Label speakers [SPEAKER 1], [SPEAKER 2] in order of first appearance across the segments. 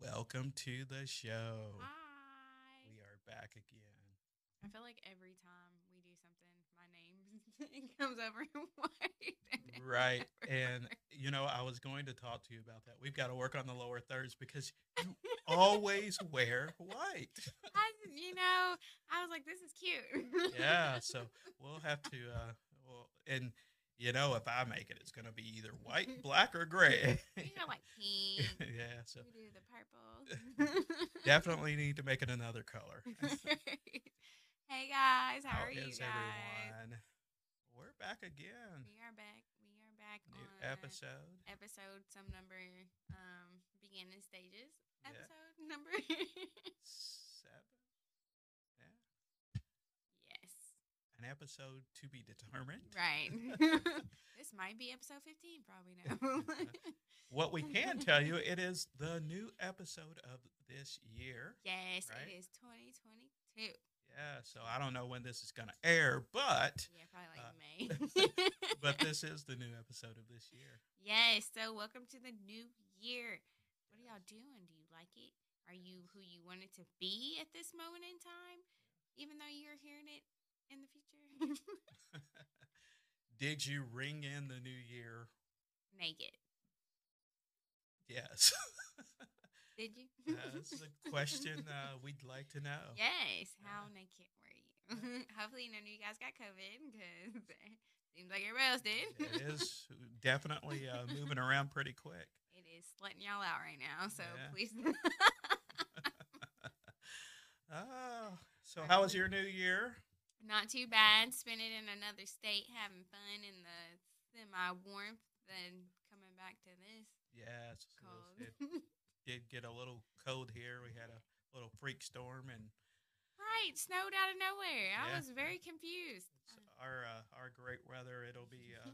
[SPEAKER 1] Welcome to the show.
[SPEAKER 2] Hi.
[SPEAKER 1] We are back again.
[SPEAKER 2] I feel like every time we do something, my name comes over white. and
[SPEAKER 1] Right. And,
[SPEAKER 2] everywhere.
[SPEAKER 1] you know, I was going to talk to you about that. We've got to work on the lower thirds because you always wear white.
[SPEAKER 2] I, you know, I was like, this is cute.
[SPEAKER 1] Yeah. So we'll have to, uh, well, and, you know, if I make it, it's going to be either white, black, or gray.
[SPEAKER 2] you know, like pink.
[SPEAKER 1] yeah. So
[SPEAKER 2] We do the purple.
[SPEAKER 1] definitely need to make it another color.
[SPEAKER 2] hey guys,
[SPEAKER 1] How
[SPEAKER 2] how, are you
[SPEAKER 1] is
[SPEAKER 2] guys?
[SPEAKER 1] everyone? We're back again.
[SPEAKER 2] We are back. We are back
[SPEAKER 1] New
[SPEAKER 2] on
[SPEAKER 1] episode.
[SPEAKER 2] episode some number um beginning stages.
[SPEAKER 1] Yeah.
[SPEAKER 2] Episode number
[SPEAKER 1] Seven. Yeah.
[SPEAKER 2] Yes.
[SPEAKER 1] An episode to be determined.
[SPEAKER 2] Right. this might be episode 15 probably now.
[SPEAKER 1] What we can tell you, it is the new episode of this year.
[SPEAKER 2] yes,
[SPEAKER 1] Right.
[SPEAKER 2] it is 2022.
[SPEAKER 1] Yeah. So I don't know when this is going to air, but
[SPEAKER 2] Yeah, probably
[SPEAKER 1] Uh,
[SPEAKER 2] like May.
[SPEAKER 1] but this is the new episode of this year.
[SPEAKER 2] Yes, so welcome to the new year. What are y'all doing? Do you like it? Are you who you wanted to be at this moment in time, even though you're hearing it in the future?
[SPEAKER 1] Did you ring in the new year?
[SPEAKER 2] Naked.
[SPEAKER 1] Yes.
[SPEAKER 2] Did you?
[SPEAKER 1] Uh, this is a question uh, we'd like to know.
[SPEAKER 2] Yes. How
[SPEAKER 1] Yeah.
[SPEAKER 2] naked were you? Hopefully, none of you guys got COVID because seems like everybody else did.
[SPEAKER 1] It is definitely uh, moving around pretty quick.
[SPEAKER 2] It is letting y'all out right now, so
[SPEAKER 1] Yeah.
[SPEAKER 2] please.
[SPEAKER 1] Oh, so how was your new year?
[SPEAKER 2] Not too bad. Spent it in another state, having fun in the semi warmth, then coming back to this
[SPEAKER 1] Yes, it was-
[SPEAKER 2] cold.
[SPEAKER 1] it did get a little cold here. We had a little freak storm, and
[SPEAKER 2] right, snowed out of nowhere. I
[SPEAKER 1] Yeah.
[SPEAKER 2] was very confused.
[SPEAKER 1] it's
[SPEAKER 2] Uh-huh.
[SPEAKER 1] our uh, our great weather. It'll be uh,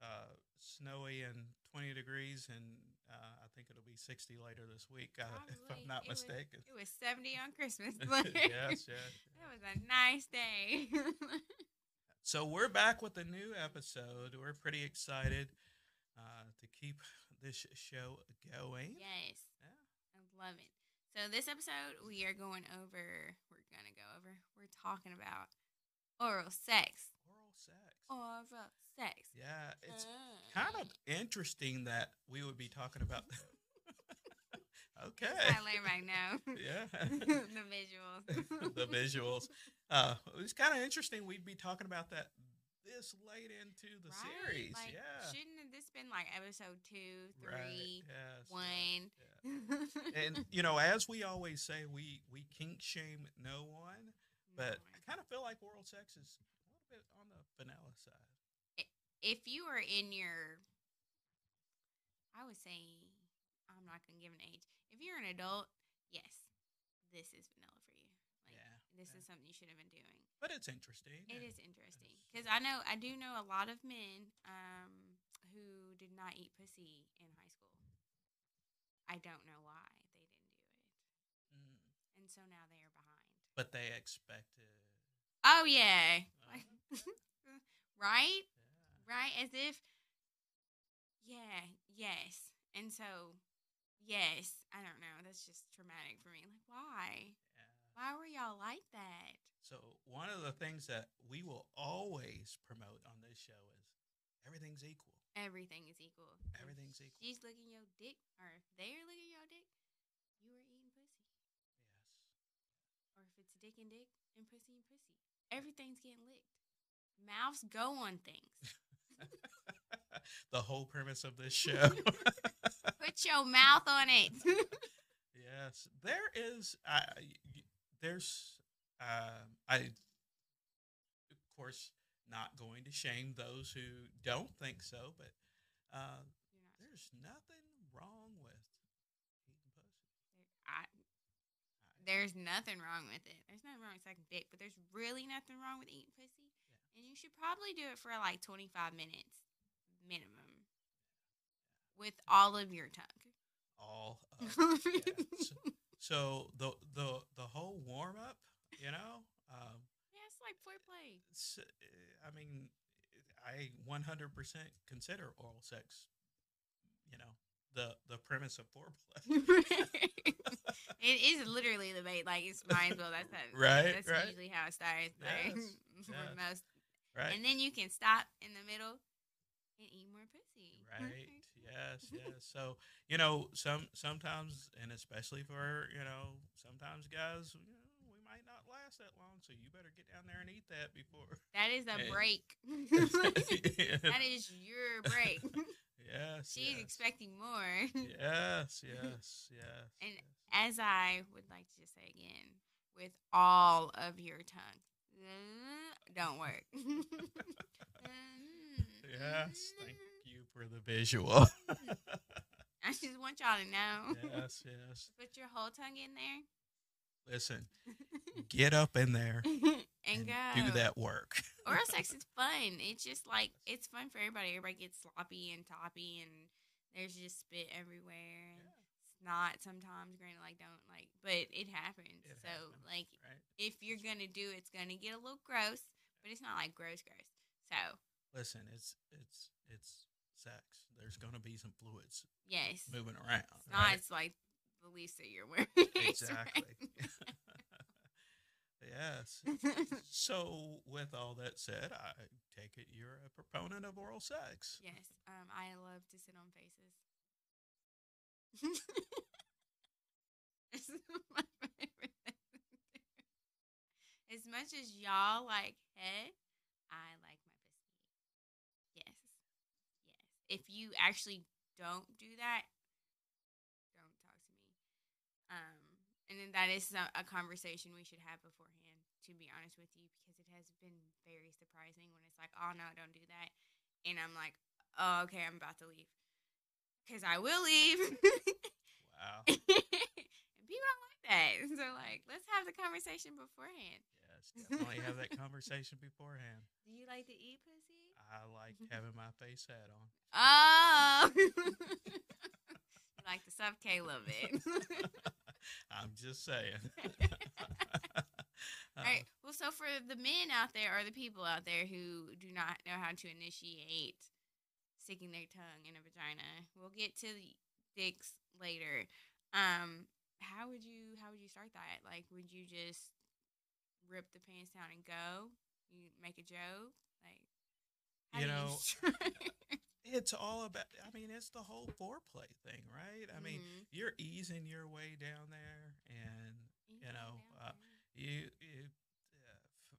[SPEAKER 1] uh, snowy and twenty degrees, and uh, I think it'll be sixty later this week, uh, if
[SPEAKER 2] Probably.
[SPEAKER 1] I'm not
[SPEAKER 2] It was-
[SPEAKER 1] mistaken.
[SPEAKER 2] It was 70 on Christmas.
[SPEAKER 1] yes, yes.
[SPEAKER 2] That was a nice day.
[SPEAKER 1] So we're back with a new episode. We're pretty excited uh, to keep this show going.
[SPEAKER 2] yes.
[SPEAKER 1] Yeah.
[SPEAKER 2] I love it. So this episode we are going over we're gonna go over we're talking about oral sex.
[SPEAKER 1] Oral sex.
[SPEAKER 2] Oral sex. Uh.
[SPEAKER 1] Yeah, it's kind of interesting that we would be talking about. okay.
[SPEAKER 2] I right now.
[SPEAKER 1] Yeah.
[SPEAKER 2] the visuals.
[SPEAKER 1] the visuals. Uh, it's kind of interesting. We'd be talking about that this late into the
[SPEAKER 2] Right,
[SPEAKER 1] series.
[SPEAKER 2] like,
[SPEAKER 1] yeah.
[SPEAKER 2] Shouldn't have this been like episode two,
[SPEAKER 1] right.
[SPEAKER 2] three,
[SPEAKER 1] Yes.
[SPEAKER 2] one?
[SPEAKER 1] yeah. And you know, as we always say, we we kink shame no one, but I kind of feel like oral sex is a little bit on the vanilla side.
[SPEAKER 2] if you are in your, I would say, I'm not gonna give an age. If you're an adult, yes, this is vanilla for you. Like,
[SPEAKER 1] Yeah,
[SPEAKER 2] This
[SPEAKER 1] yeah.
[SPEAKER 2] is something you should have been doing.
[SPEAKER 1] But it's interesting.
[SPEAKER 2] It
[SPEAKER 1] and-
[SPEAKER 2] is interesting because I know I do know a lot of men um, who did not eat pussy in high school. I don't know why they didn't do it,
[SPEAKER 1] Mm.
[SPEAKER 2] and so now they are behind.
[SPEAKER 1] But they expect it.
[SPEAKER 2] Oh yeah,
[SPEAKER 1] Uh,
[SPEAKER 2] right,
[SPEAKER 1] yeah.
[SPEAKER 2] right, as if, yeah, yes, and so, yes. I don't know. That's just traumatic for me. Like, why?
[SPEAKER 1] Yeah.
[SPEAKER 2] Why were y'all like that?
[SPEAKER 1] So one of the things that we will always promote on this show is everything's equal.
[SPEAKER 2] Everything is equal. If
[SPEAKER 1] Everything's equal.
[SPEAKER 2] She's licking your dick, or if they're licking your dick, you are eating pussy.
[SPEAKER 1] Yes.
[SPEAKER 2] Or if it's dick and dick and pussy and pussy, everything's getting licked. Mouths go on things.
[SPEAKER 1] the whole premise of this show.
[SPEAKER 2] Put your mouth on it.
[SPEAKER 1] yes, there is. I I- y- there's. Um, I of course not going to shame those who don't think so, but uh,
[SPEAKER 2] You're not-
[SPEAKER 1] there's nothing wrong with eating pussy.
[SPEAKER 2] I,
[SPEAKER 1] I-
[SPEAKER 2] there's nothing wrong with it. There's nothing wrong with sucking dick, but there's really nothing wrong with eating pussy.
[SPEAKER 1] Yeah.
[SPEAKER 2] And you should probably do it for like 25 minutes minimum with all of your tongue.
[SPEAKER 1] all of Oh, yeah. so, so the the the whole warm up, you know, um,
[SPEAKER 2] Yeah, it's like foreplay.
[SPEAKER 1] s- eh, I mean, I 100% consider oral sex, you know, the the premise of foreplay.
[SPEAKER 2] it is literally the bait. Like it's mind as well. That's how,
[SPEAKER 1] Right,
[SPEAKER 2] That's
[SPEAKER 1] right.
[SPEAKER 2] usually how it starts. Like,
[SPEAKER 1] Yes,
[SPEAKER 2] for
[SPEAKER 1] yes.
[SPEAKER 2] most,
[SPEAKER 1] Right.
[SPEAKER 2] and then you can stop in the middle and eat more pussy.
[SPEAKER 1] Right. Yes. Yes. So you know, some sometimes, and especially for you know, sometimes guys, you know, we might not last that long. So you better get down there and eat that before.
[SPEAKER 2] That is a
[SPEAKER 1] Hey.
[SPEAKER 2] break. that is your break.
[SPEAKER 1] yes.
[SPEAKER 2] She's
[SPEAKER 1] yes.
[SPEAKER 2] expecting more.
[SPEAKER 1] Yes. Yes. Yes.
[SPEAKER 2] And-
[SPEAKER 1] yes.
[SPEAKER 2] As I would like to just say again, with all of your tongue, don't work.
[SPEAKER 1] Yes, thank you for the visual.
[SPEAKER 2] I just want y'all to know.
[SPEAKER 1] yes, yes.
[SPEAKER 2] Put your whole tongue in there
[SPEAKER 1] Listen, get up in there
[SPEAKER 2] and,
[SPEAKER 1] and
[SPEAKER 2] go.
[SPEAKER 1] do that work.
[SPEAKER 2] Oral sex is fun. It's just like it's fun for everybody. Everybody gets sloppy and toppy, and there's just spit everywhere. And Snot sometimes. Granted, like don't like, but it happens.
[SPEAKER 1] It
[SPEAKER 2] so
[SPEAKER 1] happens,
[SPEAKER 2] like,
[SPEAKER 1] Right?
[SPEAKER 2] if you're gonna do, it, it's gonna get a little gross, but it's not like gross gross. So
[SPEAKER 1] Listen, it's it's it's sex. There's gonna be some fluids
[SPEAKER 2] yes,
[SPEAKER 1] moving around.
[SPEAKER 2] it's not.
[SPEAKER 1] right?
[SPEAKER 2] It's like the least that you're wearing. It's right.
[SPEAKER 1] Exactly. yes. So, with all that said, I take it you're a proponent of oral sex.
[SPEAKER 2] yes, um, I love to sit on faces. This is my favorite thing to do. As much as y'all like head, I like my pussy. Yes. Yes. If you actually don't do that, don't talk to me. Um, and then that is a, a conversation we should have beforehand, to be honest with you, because it has been very surprising when it's like, oh, no, don't do that. And I'm like, oh, okay, I'm about to leave. Because I will leave.
[SPEAKER 1] Wow.
[SPEAKER 2] and people don't like that. So like, let's have the conversation beforehand.
[SPEAKER 1] Yes, definitely have that conversation beforehand.
[SPEAKER 2] Do you like to eat pussy?
[SPEAKER 1] I like
[SPEAKER 2] Mm-hmm.
[SPEAKER 1] having my face hat on.
[SPEAKER 2] Oh, You like to sub K a little bit.
[SPEAKER 1] I'm just saying. Uh,
[SPEAKER 2] All right. Well, so for the men out there or the people out there who do not know how to initiate sticking their tongue in a vagina, we'll get to the dicks later. Um, how would you how would you start that? Like, would you just rip the pants down and go? You make a joke, like how
[SPEAKER 1] You
[SPEAKER 2] do
[SPEAKER 1] know,
[SPEAKER 2] start-
[SPEAKER 1] It's all about, I mean, it's the whole foreplay thing, right? I mean,
[SPEAKER 2] Mhm.
[SPEAKER 1] you're easing your way down there, and you know,
[SPEAKER 2] down
[SPEAKER 1] uh, you, you uh, f- f-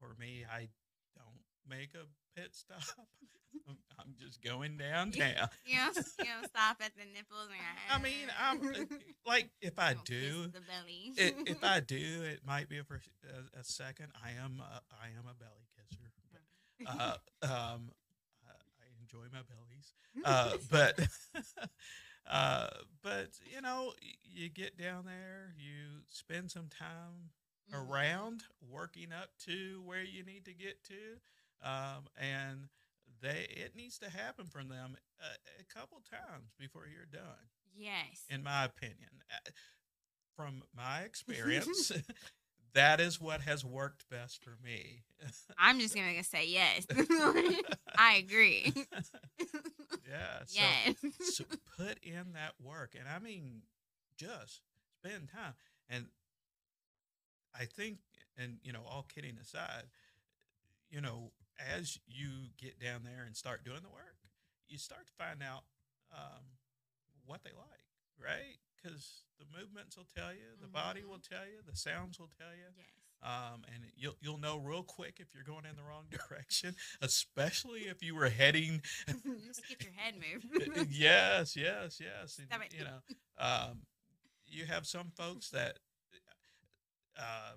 [SPEAKER 1] for me, I don't make a pit stop. I'm- I'm just going downtown.
[SPEAKER 2] there. you know, you know, stop at the nipples. And
[SPEAKER 1] I mean, I'm uh, like, if I
[SPEAKER 2] Don't kiss
[SPEAKER 1] do,
[SPEAKER 2] the belly.
[SPEAKER 1] it, if I do, it might be a, for a, a second. I am a, I am a belly kisser, but,
[SPEAKER 2] Mm-hmm.
[SPEAKER 1] uh, um, I, I enjoy my bellies. Uh, but uh, but you know, y- you get down there, you spend some time
[SPEAKER 2] Mhm.
[SPEAKER 1] around working up to where you need to get to, um, and they it needs to happen from them a, a couple times before you're done
[SPEAKER 2] Yes.
[SPEAKER 1] in my opinion. Uh, From my experience, that is what has worked best for me.
[SPEAKER 2] I'm just going to say yes. I agree.
[SPEAKER 1] yeah. So,
[SPEAKER 2] yes.
[SPEAKER 1] so put in that work. And I mean, just spend time. And I think, and, you know, all kidding aside, you know, as you get down there and start doing the work, you start to find out um, what they like, right? Because the movements will tell you, the body
[SPEAKER 2] Mhm.
[SPEAKER 1] will tell you, the sounds will tell you.
[SPEAKER 2] yes.
[SPEAKER 1] Um, and you'll you'll know real quick if you're going in the wrong direction, especially if you were heading
[SPEAKER 2] just get your head moved.
[SPEAKER 1] Uh, yes, yes, yes. And,
[SPEAKER 2] Stop it.
[SPEAKER 1] You know, um, you have some folks that uh,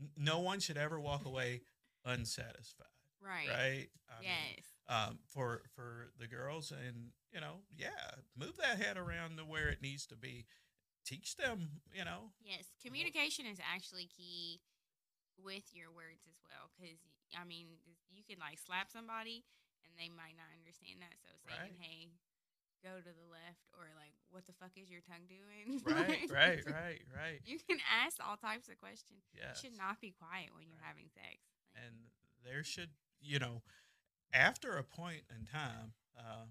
[SPEAKER 1] n- no one should ever walk away unsatisfied,
[SPEAKER 2] right.
[SPEAKER 1] right? I mean,
[SPEAKER 2] Yes.
[SPEAKER 1] um, for for the girls, and you know, yeah, move that head around to where it needs to be. Teach them, you know.
[SPEAKER 2] Yes, communication is actually key with your words as well. Because I mean, you can like slap somebody and they might not understand that. So saying,
[SPEAKER 1] Right.
[SPEAKER 2] "Hey, go to the left," or like, "What the fuck is your tongue doing?"
[SPEAKER 1] Right,
[SPEAKER 2] Like,
[SPEAKER 1] right, right, right.
[SPEAKER 2] You can ask all types of questions.
[SPEAKER 1] Yeah.
[SPEAKER 2] You should not be quiet when you're
[SPEAKER 1] Right.
[SPEAKER 2] having sex. Like,
[SPEAKER 1] and there should you know after a point in time uh,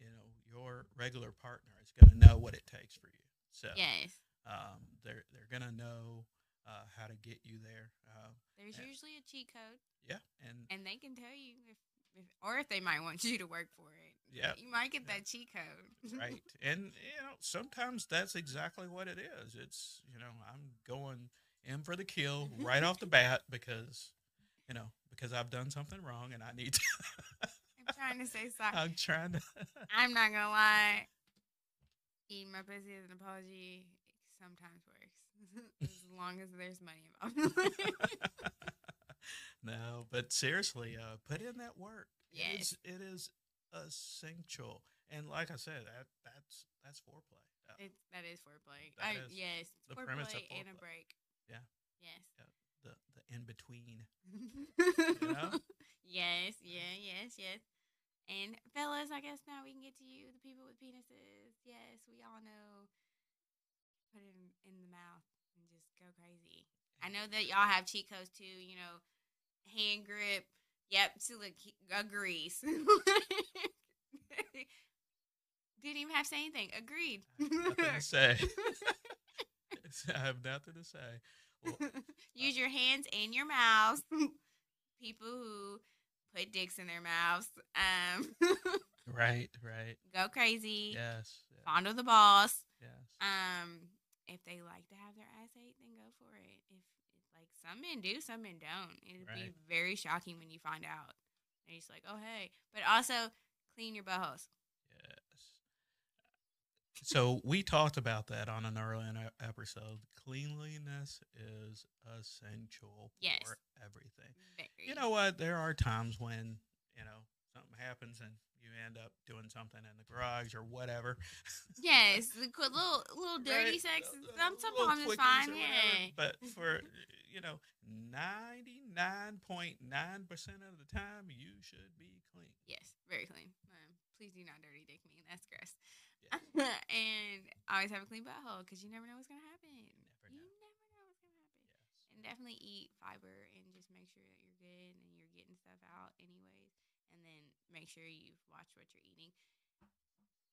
[SPEAKER 1] you know your regular partner is going to know what it takes for you. So
[SPEAKER 2] Yes.
[SPEAKER 1] um, they're they're going to know uh, how to get you there. Um,
[SPEAKER 2] There's
[SPEAKER 1] Yeah.
[SPEAKER 2] usually a cheat code,
[SPEAKER 1] yeah, and
[SPEAKER 2] and they can tell you if, if or if they might want you to work for it.
[SPEAKER 1] Yeah.
[SPEAKER 2] You might get
[SPEAKER 1] Yeah.
[SPEAKER 2] that cheat code.
[SPEAKER 1] right and you know sometimes that's exactly what it is it's you know i'm going in for the kill right off the bat because you know because i've done something wrong and i need to
[SPEAKER 2] I'm trying to say sorry.
[SPEAKER 1] i'm trying to
[SPEAKER 2] I'm not gonna lie. Eating my pussy as an apology sometimes works, as long as there's money involved.
[SPEAKER 1] no but seriously uh put in that work
[SPEAKER 2] Yes.
[SPEAKER 1] it's, it is essential and like i said that that's that's foreplay Uh,
[SPEAKER 2] it, that is foreplay.
[SPEAKER 1] That
[SPEAKER 2] I,
[SPEAKER 1] is
[SPEAKER 2] yes, it's
[SPEAKER 1] the
[SPEAKER 2] foreplay,
[SPEAKER 1] premise of
[SPEAKER 2] and a
[SPEAKER 1] foreplay.
[SPEAKER 2] break.
[SPEAKER 1] Yeah.
[SPEAKER 2] Yes.
[SPEAKER 1] the the in between know?
[SPEAKER 2] yes, yeah, yes, yes. And fellas, I guess now we can get to you, the people with penises. Yes, we all know. Put it in, in the mouth and just go crazy. I know that y'all have cheat codes too, you know, hand grip. Yep, to look, he agrees. Didn't even have to say anything. Agreed.
[SPEAKER 1] nothing to say i have nothing to say Well, uh,
[SPEAKER 2] Use your hands and your mouths. People who put dicks in their mouths, um,
[SPEAKER 1] right right
[SPEAKER 2] go crazy.
[SPEAKER 1] yes yeah.
[SPEAKER 2] Fondle the balls.
[SPEAKER 1] Yes.
[SPEAKER 2] Um, if they like to have their ass ate, then go for it. If like some men do, some men don't. It'd be
[SPEAKER 1] Right.
[SPEAKER 2] very shocking when you find out. And you're just like, oh hey. But also clean your buttholes.
[SPEAKER 1] yes. So we talked about that on an earlier e- episode. Cleanliness is essential
[SPEAKER 2] Yes.
[SPEAKER 1] for everything.
[SPEAKER 2] Very.
[SPEAKER 1] You know what? There are times when, you know, something happens and you end up doing something in the garage or whatever.
[SPEAKER 2] Yes, the qu- little little dirty
[SPEAKER 1] right?
[SPEAKER 2] sex.
[SPEAKER 1] Uh, uh,
[SPEAKER 2] Some
[SPEAKER 1] little
[SPEAKER 2] sometimes
[SPEAKER 1] quickies
[SPEAKER 2] it's fine.
[SPEAKER 1] or
[SPEAKER 2] Yeah.
[SPEAKER 1] whatever, But for, you know, 99.9% of the time, you should be clean.
[SPEAKER 2] Yes, very clean. Um, please do not dirty dick me. That's gross.
[SPEAKER 1] Yeah.
[SPEAKER 2] and always have a clean butthole because you never know what's gonna happen.
[SPEAKER 1] Never know.
[SPEAKER 2] you never know what's gonna happen.
[SPEAKER 1] Yes.
[SPEAKER 2] And definitely eat fiber and just make sure that you're good and you're getting stuff out anyways. And then make sure you watch what you're eating.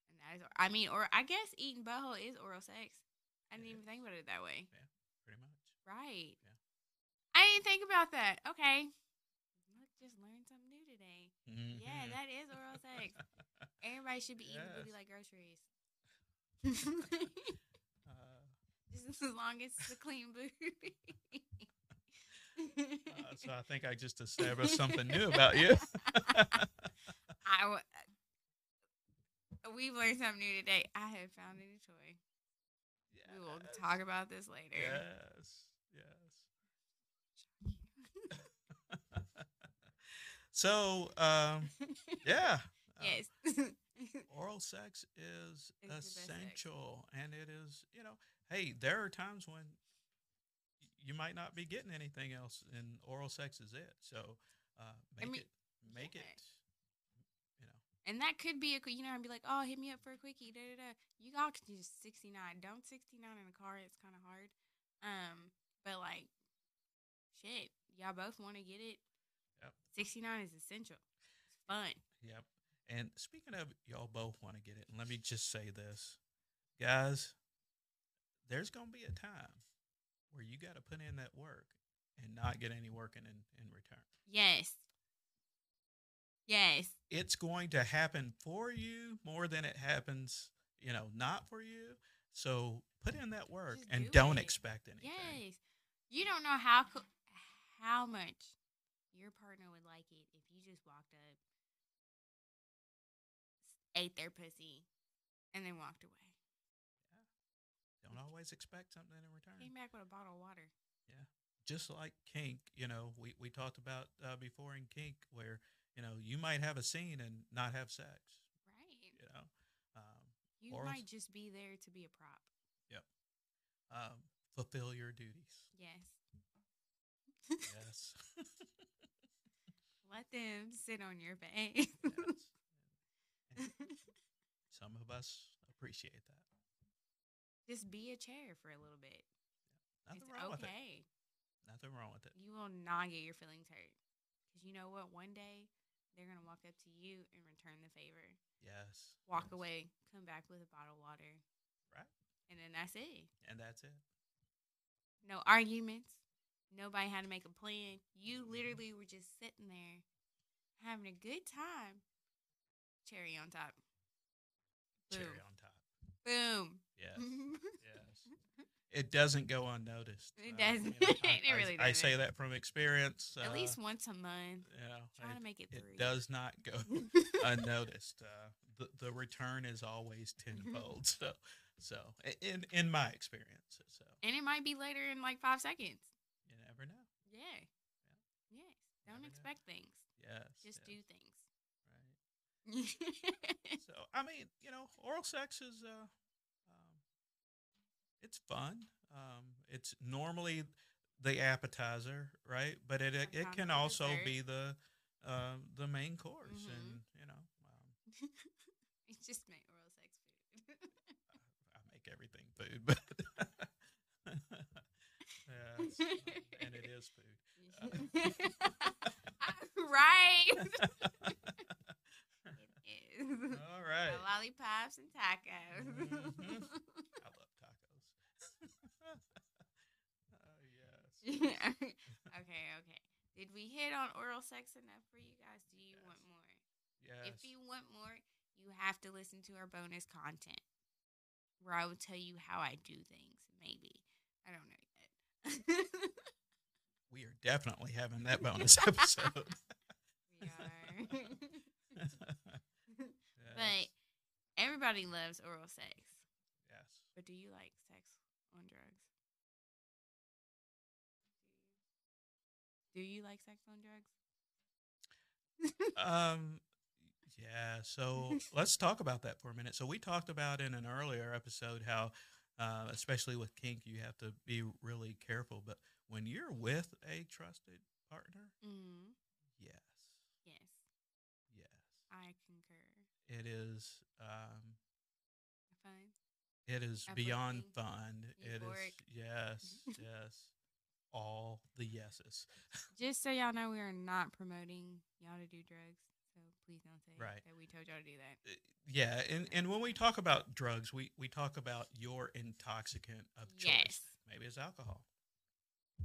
[SPEAKER 2] And that is, I mean, or I guess eating butthole is oral sex.
[SPEAKER 1] It
[SPEAKER 2] I didn't even
[SPEAKER 1] is.
[SPEAKER 2] think about it that way.
[SPEAKER 1] Pretty much.
[SPEAKER 2] Right.
[SPEAKER 1] Yeah.
[SPEAKER 2] I didn't think about that. Okay. Look, just learned something new today. Yeah,
[SPEAKER 1] Mhm.
[SPEAKER 2] that is oral sex. Everybody should be eating booty
[SPEAKER 1] Yes.
[SPEAKER 2] like groceries. just
[SPEAKER 1] Uh,
[SPEAKER 2] as long as it's a clean booty.
[SPEAKER 1] Uh, so I think I just established something new about you.
[SPEAKER 2] I w- we've learned something new today. I have found a new toy. We will talk about this later.
[SPEAKER 1] Yes, yes. so, um, yeah, uh,
[SPEAKER 2] yes.
[SPEAKER 1] oral sex is
[SPEAKER 2] It's the best sex.
[SPEAKER 1] essential, and it is. You know, hey, there are times when y- you might not be getting anything else, and oral sex is it. So, uh, make
[SPEAKER 2] mean,
[SPEAKER 1] it, make
[SPEAKER 2] yeah.
[SPEAKER 1] it. You know,
[SPEAKER 2] and that could be a qu- you know, I'd be like, oh, hit me up for a quickie. Da da da. You all can do sixty nine. Don't sixty nine in a car. It's kind of hard. Um, but like, shit, y'all both want to get it.
[SPEAKER 1] Yep.
[SPEAKER 2] Sixty nine is essential. It's fun.
[SPEAKER 1] Yep. And speaking of y'all both want to get it, let me just say this. Guys, there's going to be a time where you got to put in that work and not get any work in, in, in return.
[SPEAKER 2] Yes. Yes.
[SPEAKER 1] It's going to happen for you more than it happens, you know, not for you. So put in that work
[SPEAKER 2] Just
[SPEAKER 1] and
[SPEAKER 2] do
[SPEAKER 1] don't
[SPEAKER 2] it.
[SPEAKER 1] expect anything.
[SPEAKER 2] Yes. You don't know how co- how much your partner would like it if you just walked up, ate their pussy, and then walked away.
[SPEAKER 1] Don't always expect something in return.
[SPEAKER 2] Came back with a bottle of water.
[SPEAKER 1] just like kink, you know, we, we talked about uh, before in kink where, you know, you might have a scene and not have sex,
[SPEAKER 2] Right.
[SPEAKER 1] you know. Um,
[SPEAKER 2] You
[SPEAKER 1] Or-
[SPEAKER 2] might just be there to be a prop.
[SPEAKER 1] um, fulfill your duties.
[SPEAKER 2] Yes.
[SPEAKER 1] Yes.
[SPEAKER 2] Let them sit on your face.
[SPEAKER 1] yes. And some of us appreciate that.
[SPEAKER 2] just be a chair for a little bit.
[SPEAKER 1] Nothing
[SPEAKER 2] it's
[SPEAKER 1] wrong with it.
[SPEAKER 2] okay.
[SPEAKER 1] Nothing wrong with it.
[SPEAKER 2] You will not get your feelings hurt. Because you know what? One day they're gonna walk up to you and return the favor.
[SPEAKER 1] Yes.
[SPEAKER 2] Walk
[SPEAKER 1] yes.
[SPEAKER 2] away, come back with a bottle of water.
[SPEAKER 1] Right.
[SPEAKER 2] And then that's it.
[SPEAKER 1] And that's it.
[SPEAKER 2] No arguments. Nobody had to make a plan. You
[SPEAKER 1] Mm-hmm.
[SPEAKER 2] literally were just sitting there having a good time. Cherry on top. Boom.
[SPEAKER 1] Cherry on top.
[SPEAKER 2] Boom.
[SPEAKER 1] Yes. yes. It doesn't go unnoticed.
[SPEAKER 2] It
[SPEAKER 1] I mean,
[SPEAKER 2] doesn't.
[SPEAKER 1] I-
[SPEAKER 2] It
[SPEAKER 1] I-
[SPEAKER 2] really
[SPEAKER 1] I say
[SPEAKER 2] doesn't.
[SPEAKER 1] that from experience.
[SPEAKER 2] At
[SPEAKER 1] uh,
[SPEAKER 2] least once a month.
[SPEAKER 1] you know,
[SPEAKER 2] Try to
[SPEAKER 1] it,
[SPEAKER 2] make it
[SPEAKER 1] it
[SPEAKER 2] three.
[SPEAKER 1] does not go unnoticed. Uh, the the return is always
[SPEAKER 2] Mm-hmm.
[SPEAKER 1] tenfold. So, so i- in in my experience, so
[SPEAKER 2] and it might be later in like five seconds.
[SPEAKER 1] you never know.
[SPEAKER 2] Yeah. Yes.
[SPEAKER 1] Never
[SPEAKER 2] Don't
[SPEAKER 1] know.
[SPEAKER 2] expect things.
[SPEAKER 1] Yes,
[SPEAKER 2] Just
[SPEAKER 1] yes,
[SPEAKER 2] do things.
[SPEAKER 1] Right. So I mean, you know, oral sex is uh, um, it's fun. Um, it's normally the appetizer, right? But it it, it
[SPEAKER 2] Sometimes
[SPEAKER 1] can
[SPEAKER 2] the
[SPEAKER 1] also
[SPEAKER 2] dessert.
[SPEAKER 1] be the um, the main course,
[SPEAKER 2] Mhm.
[SPEAKER 1] and you know, um,
[SPEAKER 2] it's just my oral sex food.
[SPEAKER 1] I make everything food, but yes, um, and it is uh, food.
[SPEAKER 2] right. it is.
[SPEAKER 1] All right,
[SPEAKER 2] Got Lollipops and tacos.
[SPEAKER 1] Mhm. I love tacos. oh yes.
[SPEAKER 2] okay, okay. Did we hit on oral sex enough for you guys? Do you want
[SPEAKER 1] Yes.
[SPEAKER 2] more?
[SPEAKER 1] Yes.
[SPEAKER 2] If you want more, you have to listen to our bonus content where I will tell you how I do things. Maybe. I don't know yet.
[SPEAKER 1] we are definitely having that bonus episode.
[SPEAKER 2] we are.
[SPEAKER 1] yes.
[SPEAKER 2] but everybody loves oral sex.
[SPEAKER 1] yes.
[SPEAKER 2] But do you like sex on drugs? Do you like sex on drugs?
[SPEAKER 1] Um yeah, so let's talk about that for a minute. So we talked about in an earlier episode how uh, especially with kink you have to be really careful, but when you're with a trusted partner, Mm-hmm.
[SPEAKER 2] Mm,
[SPEAKER 1] yes.
[SPEAKER 2] yes,
[SPEAKER 1] Yes.
[SPEAKER 2] I concur.
[SPEAKER 1] It is um
[SPEAKER 2] Fine.
[SPEAKER 1] It is beyond
[SPEAKER 2] Uplifting,
[SPEAKER 1] fun. It is
[SPEAKER 2] euphoric.
[SPEAKER 1] yes, yes. All the yeses.
[SPEAKER 2] Just so y'all know, we are not promoting y'all to do drugs. So please don't say
[SPEAKER 1] Right.
[SPEAKER 2] that we told y'all to do that.
[SPEAKER 1] Uh, Yeah, and, and when we talk about drugs, we, we talk about your intoxicant of choice.
[SPEAKER 2] Yes.
[SPEAKER 1] Maybe it's alcohol.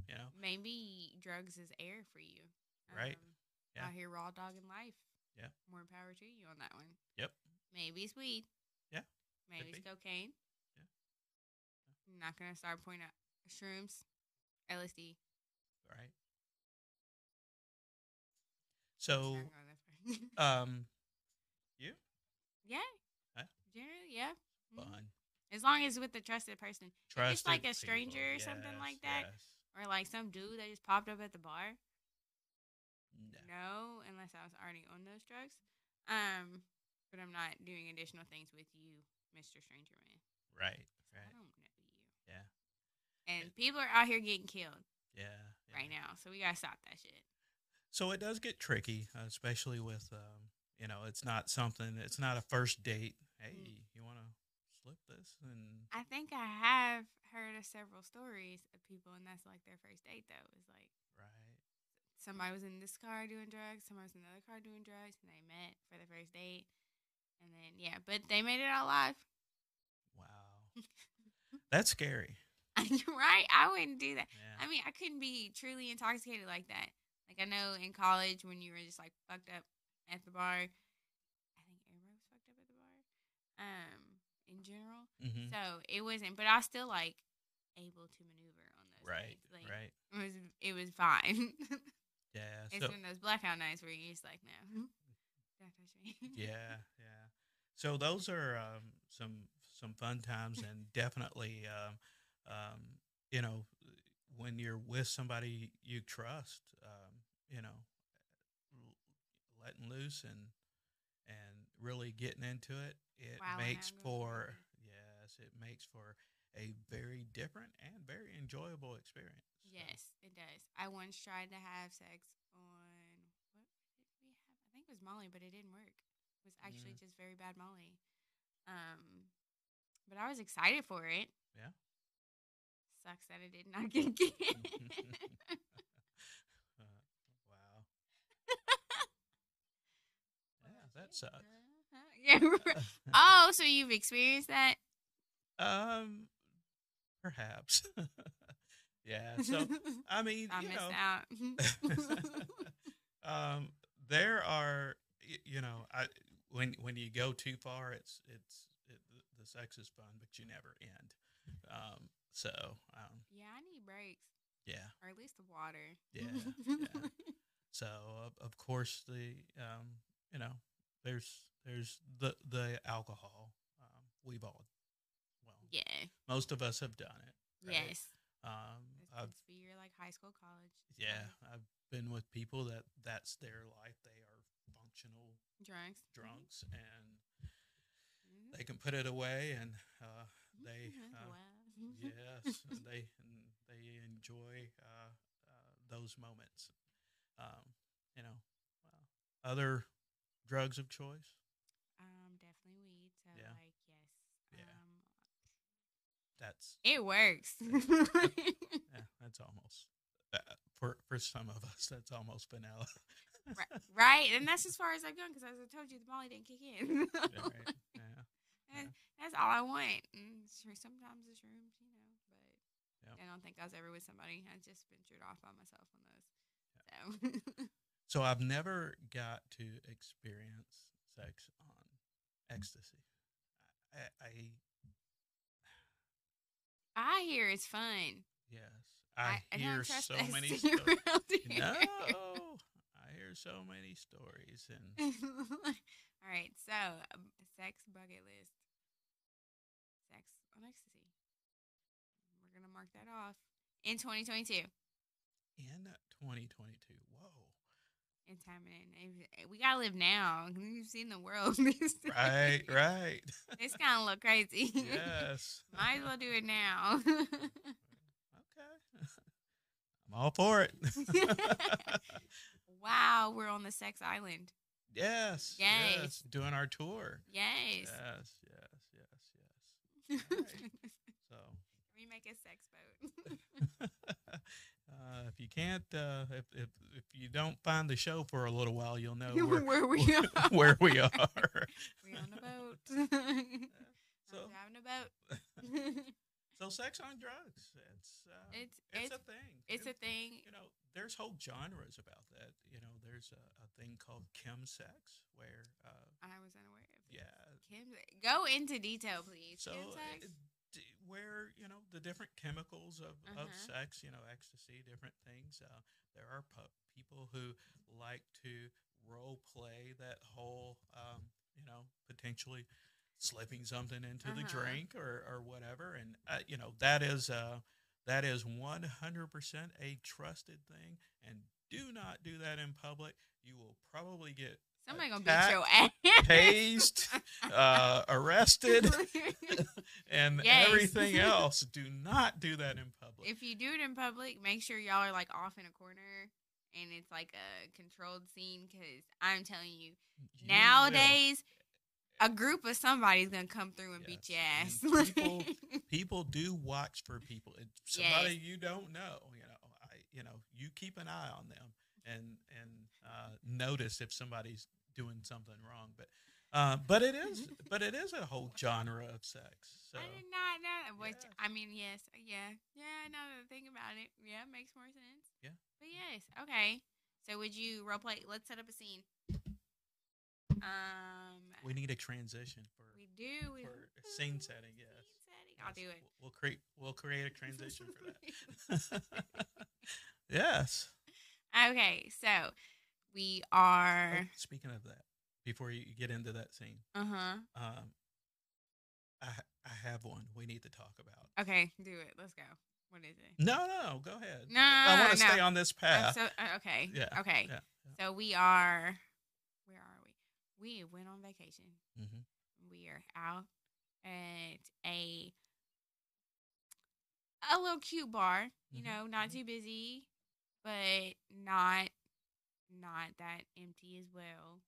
[SPEAKER 1] You know?
[SPEAKER 2] Maybe drugs is air for you.
[SPEAKER 1] Right.
[SPEAKER 2] Um,
[SPEAKER 1] Yeah.
[SPEAKER 2] Out here, raw dog in life.
[SPEAKER 1] Yeah.
[SPEAKER 2] More power to you on that one.
[SPEAKER 1] Yep.
[SPEAKER 2] Maybe it's weed.
[SPEAKER 1] Yeah,
[SPEAKER 2] Maybe
[SPEAKER 1] be.
[SPEAKER 2] it's cocaine.
[SPEAKER 1] Yeah.
[SPEAKER 2] I'm not going to start pointing out shrooms, LSD.
[SPEAKER 1] Right. So
[SPEAKER 2] Not going that far.
[SPEAKER 1] um
[SPEAKER 2] yeah.
[SPEAKER 1] Huh?
[SPEAKER 2] Generally, yeah. Mhm.
[SPEAKER 1] fun.
[SPEAKER 2] As long as with a trusted person.
[SPEAKER 1] Trust
[SPEAKER 2] like a stranger or something like that? Or like some dude that just popped up at the bar. No, unless I was already on those drugs. Um, but I'm not doing additional things with you, Mr. Stranger Man.
[SPEAKER 1] Right,
[SPEAKER 2] 'cause I
[SPEAKER 1] right.
[SPEAKER 2] don't know you.
[SPEAKER 1] Yeah.
[SPEAKER 2] And people are out here getting killed
[SPEAKER 1] Yeah. yeah.
[SPEAKER 2] right now, so we gotta stop that shit.
[SPEAKER 1] So it does get tricky, uh, especially with um, you know, it's not something. It's not a first date. Hey, you want to slip this? And
[SPEAKER 2] Mm. I think I have heard of several stories of people, and that's like their first date though. Is like
[SPEAKER 1] right,
[SPEAKER 2] somebody was in this car doing drugs, somebody was in another car doing drugs, and they met for the first date, and then yeah, but they made it out alive.
[SPEAKER 1] wow, that's scary.
[SPEAKER 2] right? I wouldn't do that.
[SPEAKER 1] Yeah,
[SPEAKER 2] I mean, I couldn't be truly intoxicated like that. Like I know in college when you were just like fucked up at the bar. I think everybody was fucked up at the bar. Um, in general.
[SPEAKER 1] Mhm.
[SPEAKER 2] So it wasn't but I was still like able to maneuver on those.
[SPEAKER 1] right,
[SPEAKER 2] things. Like,
[SPEAKER 1] right.
[SPEAKER 2] It was it was fine.
[SPEAKER 1] Yeah.
[SPEAKER 2] it's
[SPEAKER 1] So
[SPEAKER 2] one of those blackout nights where you're just like, No. Don't touch me.
[SPEAKER 1] yeah, yeah. So those are um, some some fun times, and definitely, um, um, you know, when you're with somebody you trust, um, you know, l- letting loose and and really getting into it, it
[SPEAKER 2] Wowing
[SPEAKER 1] makes
[SPEAKER 2] out a little
[SPEAKER 1] for
[SPEAKER 2] bit.
[SPEAKER 1] yes, it makes for a very different and very enjoyable experience. So,
[SPEAKER 2] Yes, it does. I once tried to have sex on what did we have? I think it was Molly, but it didn't work. It was actually
[SPEAKER 1] Mm-hmm.
[SPEAKER 2] just very bad Molly. Um, but I was excited for it.
[SPEAKER 1] Yeah.
[SPEAKER 2] Sucks that it did not get killed.
[SPEAKER 1] uh, wow. that sucks.
[SPEAKER 2] Yeah. right. oh, so you've experienced that?
[SPEAKER 1] Um, perhaps. yeah. Uh, So I mean,
[SPEAKER 2] I
[SPEAKER 1] you
[SPEAKER 2] missed
[SPEAKER 1] know,
[SPEAKER 2] out.
[SPEAKER 1] um, there are y- you know, I when when you go too far, it's it's it, the sex is fun, but you never end. Um, so um,
[SPEAKER 2] yeah, I need breaks
[SPEAKER 1] yeah.
[SPEAKER 2] or at least the water.
[SPEAKER 1] Yeah, yeah. So of- of course the um, you know there's there's the the alcohol. Um, we've all well
[SPEAKER 2] yeah.
[SPEAKER 1] most of us have done it. right?
[SPEAKER 2] Yes.
[SPEAKER 1] Um,
[SPEAKER 2] It's
[SPEAKER 1] I've,
[SPEAKER 2] supposed to be your like high school, college.
[SPEAKER 1] yeah, I've been with people that that's their life. They are functional
[SPEAKER 2] Drunks.
[SPEAKER 1] drunks and
[SPEAKER 2] Mm-hmm.
[SPEAKER 1] they can put it away and uh, they uh, yes, and they and they enjoy uh, uh, those moments. Um, you know, uh, other drugs of choice.
[SPEAKER 2] Um, definitely weed. So
[SPEAKER 1] Yeah.
[SPEAKER 2] like, yes.
[SPEAKER 1] Yeah.
[SPEAKER 2] Um,
[SPEAKER 1] That's
[SPEAKER 2] it works.
[SPEAKER 1] yeah, that's almost uh, for for some of us. That's almost vanilla.
[SPEAKER 2] right, right, and that's as far as I've gone because as I told you, the Molly didn't kick in.
[SPEAKER 1] Yeah, right? yeah.
[SPEAKER 2] That's, that's all I want. Mm, sure, sometimes it's rooms, you know, but
[SPEAKER 1] Yep.
[SPEAKER 2] I don't think I was ever with somebody. I just ventured off by myself on those. So
[SPEAKER 1] So I've never got to experience sex
[SPEAKER 2] Mm.
[SPEAKER 1] on ecstasy. I, I
[SPEAKER 2] I hear it's fun.
[SPEAKER 1] yes, I,
[SPEAKER 2] I
[SPEAKER 1] hear
[SPEAKER 2] don't trust
[SPEAKER 1] so
[SPEAKER 2] that
[SPEAKER 1] many.
[SPEAKER 2] city
[SPEAKER 1] Sto-
[SPEAKER 2] around here.
[SPEAKER 1] no, I hear so many stories and.
[SPEAKER 2] All right, so um, sex bucket list. Sex on ecstasy. We're gonna mark that off in 2022.
[SPEAKER 1] in 2022. Whoa.
[SPEAKER 2] In time and if- eh, we gotta live now. You've seen the world. This
[SPEAKER 1] Right, right.
[SPEAKER 2] It's kind of look crazy.
[SPEAKER 1] yes.
[SPEAKER 2] Might as well do it now.
[SPEAKER 1] Okay. I'm all for it.
[SPEAKER 2] wow, we're on the sex island.
[SPEAKER 1] yes.
[SPEAKER 2] Yes.
[SPEAKER 1] Yes. Doing our tour.
[SPEAKER 2] Yes.
[SPEAKER 1] Yes, yes, yes, yes. right. So
[SPEAKER 2] we make a sex boat.
[SPEAKER 1] uh, if you can't, uh, if, if, if you don't find the show for a little while, you'll know
[SPEAKER 2] Where,
[SPEAKER 1] where,
[SPEAKER 2] we are.
[SPEAKER 1] where we are.
[SPEAKER 2] We're on a boat. I'm
[SPEAKER 1] So,
[SPEAKER 2] driving a boat.
[SPEAKER 1] so sex on drugs. It's, uh, it's,
[SPEAKER 2] it's it's
[SPEAKER 1] a thing.
[SPEAKER 2] it's a
[SPEAKER 1] It-
[SPEAKER 2] thing.
[SPEAKER 1] you know, there's whole genres about that. You know, there's a, a thing called chemsex where, uh,
[SPEAKER 2] I was unaware of.
[SPEAKER 1] yeah,
[SPEAKER 2] Kim, go into detail, please.
[SPEAKER 1] so
[SPEAKER 2] Kim
[SPEAKER 1] it-
[SPEAKER 2] sex?
[SPEAKER 1] d- where you know the different chemicals of, of
[SPEAKER 2] Uh-huh.
[SPEAKER 1] sex, you know, ecstasy, different things. Uh, there are pu- people who like to role play that whole, um, you know, potentially slipping something into the
[SPEAKER 2] Uh-huh.
[SPEAKER 1] drink or or whatever, and uh, you know that is uh, that is one hundred percent a trusted thing, and do not do that in public. You will probably get
[SPEAKER 2] Somebody gonna beat your ass.
[SPEAKER 1] tased, uh, arrested and
[SPEAKER 2] Yes.
[SPEAKER 1] everything else. Do not do that in public.
[SPEAKER 2] if you do it in public, make sure y'all are like off in a corner and it's like a controlled scene. Because I'm telling you,
[SPEAKER 1] You will.
[SPEAKER 2] nowadays a group of somebody's gonna come through and beat your
[SPEAKER 1] Yes,
[SPEAKER 2] ass.
[SPEAKER 1] and people- people do watch for people. If somebody you don't know, you know, I, you know, you keep an eye on them and and uh, notice if somebody's doing something wrong. But uh, but it is but it is a whole genre of sex. So
[SPEAKER 2] I did not know that. Which
[SPEAKER 1] Yes.
[SPEAKER 2] I mean, yes, uh, yeah, yeah. Now that I think about it, yeah, it makes more sense.
[SPEAKER 1] Yeah.
[SPEAKER 2] But yes, okay. So would you role play? Let's set up a scene. Um, we,
[SPEAKER 1] we need a transition for
[SPEAKER 2] do. We
[SPEAKER 1] for scene setting, yes.
[SPEAKER 2] Scene setting. I'll do
[SPEAKER 1] yes,
[SPEAKER 2] it.
[SPEAKER 1] We'll, we'll create we'll create a transition for that. yes.
[SPEAKER 2] okay, so we are.
[SPEAKER 1] Oh, speaking of that, before you get into that scene,
[SPEAKER 2] Uh huh.
[SPEAKER 1] um, I I have one we need to talk about.
[SPEAKER 2] Okay, do it. Let's go. What is it?
[SPEAKER 1] No, no, no go ahead.
[SPEAKER 2] No,
[SPEAKER 1] I
[SPEAKER 2] no,
[SPEAKER 1] want
[SPEAKER 2] no.
[SPEAKER 1] to stay on this
[SPEAKER 2] I'm
[SPEAKER 1] path.
[SPEAKER 2] So uh, okay.
[SPEAKER 1] Yeah,
[SPEAKER 2] Okay.
[SPEAKER 1] yeah,
[SPEAKER 2] So we are. Where are we? We went on vacation.
[SPEAKER 1] Mhm.
[SPEAKER 2] We are out at a a little cute bar. You
[SPEAKER 1] Mhm,
[SPEAKER 2] know, not
[SPEAKER 1] mhm.
[SPEAKER 2] too busy, but not not that empty as well.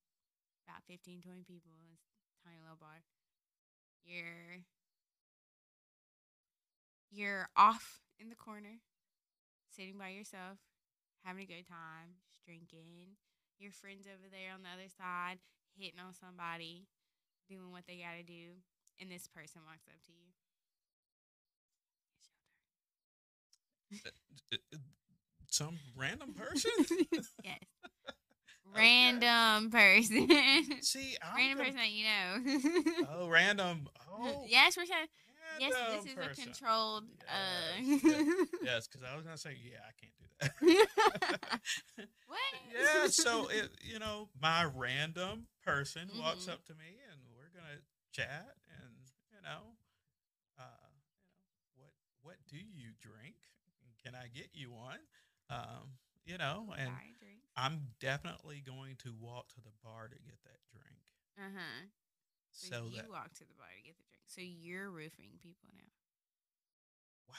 [SPEAKER 2] About 15, 20 people in this tiny little bar. You're you're off in the corner, sitting by yourself, having a good time, just drinking. Your friends over there on the other side, hitting on somebody, doing what they gotta do, and this person walks up to you.
[SPEAKER 1] Some random person.
[SPEAKER 2] yes. Random person.
[SPEAKER 1] See, I'm gonna-
[SPEAKER 2] Random person that you know.
[SPEAKER 1] Oh, random. Oh,
[SPEAKER 2] yes, we're trying. Yes,
[SPEAKER 1] random
[SPEAKER 2] this is
[SPEAKER 1] person.
[SPEAKER 2] a controlled.
[SPEAKER 1] Yes,
[SPEAKER 2] uh,
[SPEAKER 1] Yes, because I was gonna say, yeah, I can't do that.
[SPEAKER 2] what?
[SPEAKER 1] yeah, so it, you know, my random person walks
[SPEAKER 2] Mhm.
[SPEAKER 1] up to me, and we're gonna chat, and you know, uh, you know, what what do you drink? Can I get you one? Um, you know, and
[SPEAKER 2] Sorry, drinks.
[SPEAKER 1] I'm definitely going to walk to the bar to get that drink.
[SPEAKER 2] Uh huh. So,
[SPEAKER 1] So
[SPEAKER 2] you
[SPEAKER 1] that
[SPEAKER 2] walk to the bar to get the drink. So you're roofing people now.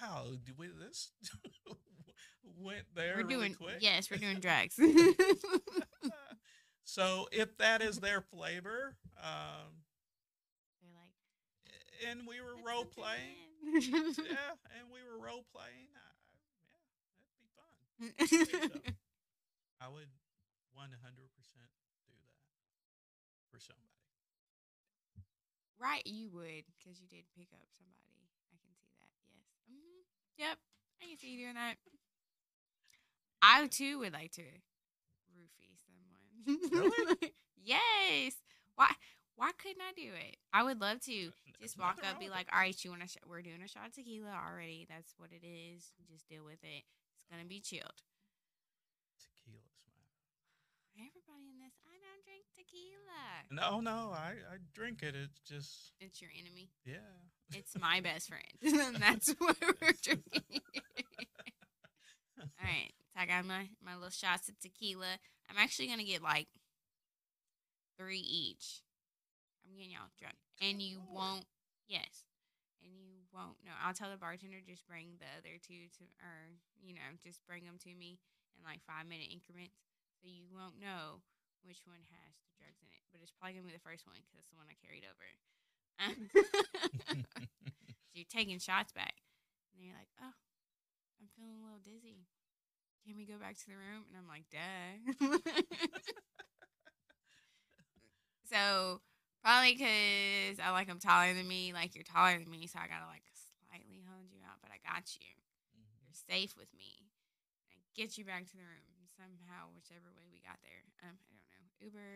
[SPEAKER 1] wow, did we, this went there
[SPEAKER 2] we're
[SPEAKER 1] really
[SPEAKER 2] doing
[SPEAKER 1] quick.
[SPEAKER 2] yes, we're doing drugs.
[SPEAKER 1] so if that is their flavor, um,
[SPEAKER 2] They're like
[SPEAKER 1] and we were
[SPEAKER 2] "Let's
[SPEAKER 1] role
[SPEAKER 2] put them
[SPEAKER 1] playing.
[SPEAKER 2] in."
[SPEAKER 1] yeah, and we were role playing. I, I- yeah, that'd be fun. I would one hundred percent do that for somebody.
[SPEAKER 2] right, you would because you did pick up somebody. I can see that. Yes. hmm Yep. I can see you doing that. I too would like to roofie someone.
[SPEAKER 1] Really?
[SPEAKER 2] yes. Why? Why couldn't I do it? I would love to.
[SPEAKER 1] There's
[SPEAKER 2] Just walk
[SPEAKER 1] nothing
[SPEAKER 2] up,
[SPEAKER 1] wrong
[SPEAKER 2] be
[SPEAKER 1] with
[SPEAKER 2] like,
[SPEAKER 1] it.
[SPEAKER 2] all right, you want to, sh- we're doing a shot of tequila already. That's what it is. Just deal with it. It's going to be chilled.
[SPEAKER 1] tequila smile.
[SPEAKER 2] Everybody in this, I don't drink tequila.
[SPEAKER 1] No, no, I, I drink it. It's just
[SPEAKER 2] It's your enemy.
[SPEAKER 1] yeah.
[SPEAKER 2] It's my best friend. and that's what we're drinking. all right. So I got my, my little shots of tequila. I'm actually going to get like three each. I'm getting y'all drunk. And you
[SPEAKER 1] Lord.
[SPEAKER 2] won't, yes. And you won't know. I'll tell the bartender just bring the other two to, or, you know, just bring them to me in like five minute increments. So you won't know which one has the drugs in it. But it's probably going to be the first one because it's the one I carried over. Um, so you're taking shots back. And then you're like, oh, I'm feeling a little dizzy. Can we go back to the room? And I'm like, duh. so probably because I like I'm taller than me, like you're taller than me, so I gotta like slightly hold you out, but I got you.
[SPEAKER 1] Mm-hmm.
[SPEAKER 2] You're safe with me. I get you back to the room somehow, whichever way we got there. Um, I don't know. Uber.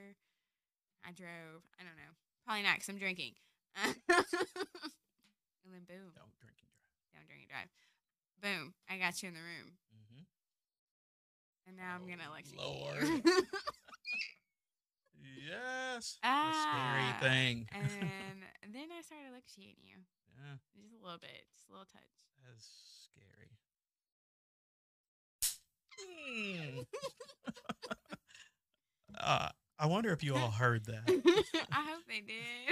[SPEAKER 2] I drove. I don't know. Probably not, cause I'm drinking. and then boom,
[SPEAKER 1] Don't drink and drive.
[SPEAKER 2] don't drink and drive. Boom, I got you in the room.
[SPEAKER 1] Mm-hmm.
[SPEAKER 2] And now I'm gonna
[SPEAKER 1] Oh,
[SPEAKER 2] like
[SPEAKER 1] Lord. Yes,
[SPEAKER 2] Ah,
[SPEAKER 1] the scary thing.
[SPEAKER 2] and then I started electrocuting you.
[SPEAKER 1] yeah,
[SPEAKER 2] Just a little bit, just a little touch.
[SPEAKER 1] that's scary. Mm. uh, I wonder if you all heard that.
[SPEAKER 2] I hope they did.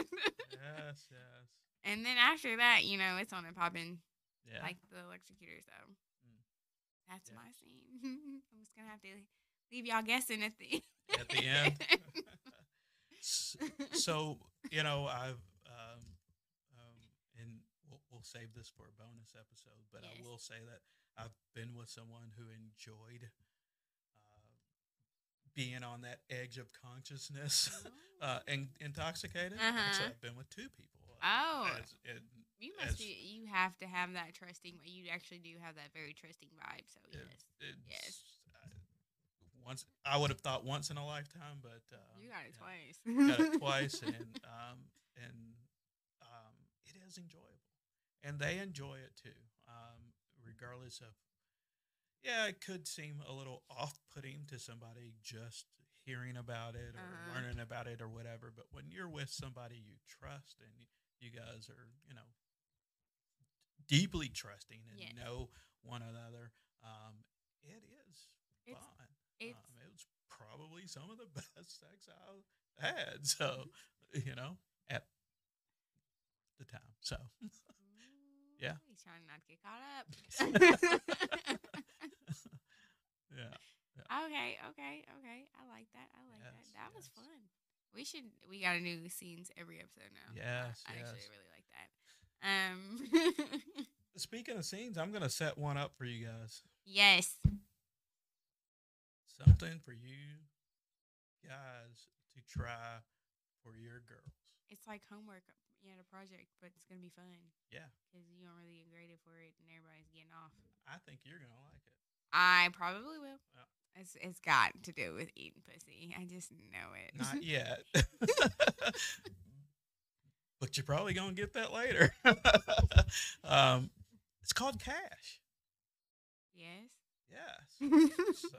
[SPEAKER 1] yes, yes.
[SPEAKER 2] and then after that, you know, it's on and popping
[SPEAKER 1] Yeah.
[SPEAKER 2] like the electrocutor. So
[SPEAKER 1] Mm.
[SPEAKER 2] that's
[SPEAKER 1] Yeah.
[SPEAKER 2] my scene. I'm just gonna have to leave y'all guessing at the
[SPEAKER 1] At the end. S- so, you know, I've, um, um, and we'll, we'll save this for a bonus episode, but I
[SPEAKER 2] Yes.
[SPEAKER 1] will say that I've been with someone who enjoyed uh, being on that edge of consciousness uh, and intoxicated. Actually,
[SPEAKER 2] Uh-huh.
[SPEAKER 1] I've been with two people.
[SPEAKER 2] Oh.
[SPEAKER 1] As- and
[SPEAKER 2] you must
[SPEAKER 1] as-
[SPEAKER 2] be. You have to have that trusting. You actually do have that very trusting vibe. So
[SPEAKER 1] it-
[SPEAKER 2] yes,
[SPEAKER 1] it's,
[SPEAKER 2] Yes.
[SPEAKER 1] uh, once I would have thought once in a lifetime, but um,
[SPEAKER 2] you got it
[SPEAKER 1] yeah.
[SPEAKER 2] twice.
[SPEAKER 1] got it twice, and um, and um, it is enjoyable, and they enjoy it too, um, regardless of. Yeah, it could seem a little off-putting to somebody just hearing about it or
[SPEAKER 2] Uh-huh.
[SPEAKER 1] learning about it or whatever, but when you're with somebody you trust and y- you guys are, you know, deeply trusting and
[SPEAKER 2] Yes.
[SPEAKER 1] know one another, um, it is
[SPEAKER 2] It's-
[SPEAKER 1] fun.
[SPEAKER 2] It's
[SPEAKER 1] Um, it was probably some of the best sex I had. So, you know, at the time. So, Yeah.
[SPEAKER 2] Ooh, He's trying not to get caught up.
[SPEAKER 1] yeah.
[SPEAKER 2] okay, okay, okay. I like that. I like
[SPEAKER 1] Yes,
[SPEAKER 2] that. That was
[SPEAKER 1] yes.
[SPEAKER 2] fun. We should. We gotta do the scenes every episode now.
[SPEAKER 1] Yes,
[SPEAKER 2] I, I actually
[SPEAKER 1] yes.
[SPEAKER 2] really like that. Um.
[SPEAKER 1] Speaking of scenes, I'm going to set one up for you guys.
[SPEAKER 2] yes.
[SPEAKER 1] Something for you guys to try for your girls.
[SPEAKER 2] It's like homework and a project, but it's gonna be fun
[SPEAKER 1] Yeah,
[SPEAKER 2] because you don't really get graded for it, and everybody's getting off.
[SPEAKER 1] I think you're gonna like it.
[SPEAKER 2] I probably will.
[SPEAKER 1] Yeah.
[SPEAKER 2] It's it's got to do with eating pussy. I just know it.
[SPEAKER 1] Not e yet. but you're probably going to get that later. um, it's called cash.
[SPEAKER 2] yes.
[SPEAKER 1] Yes. so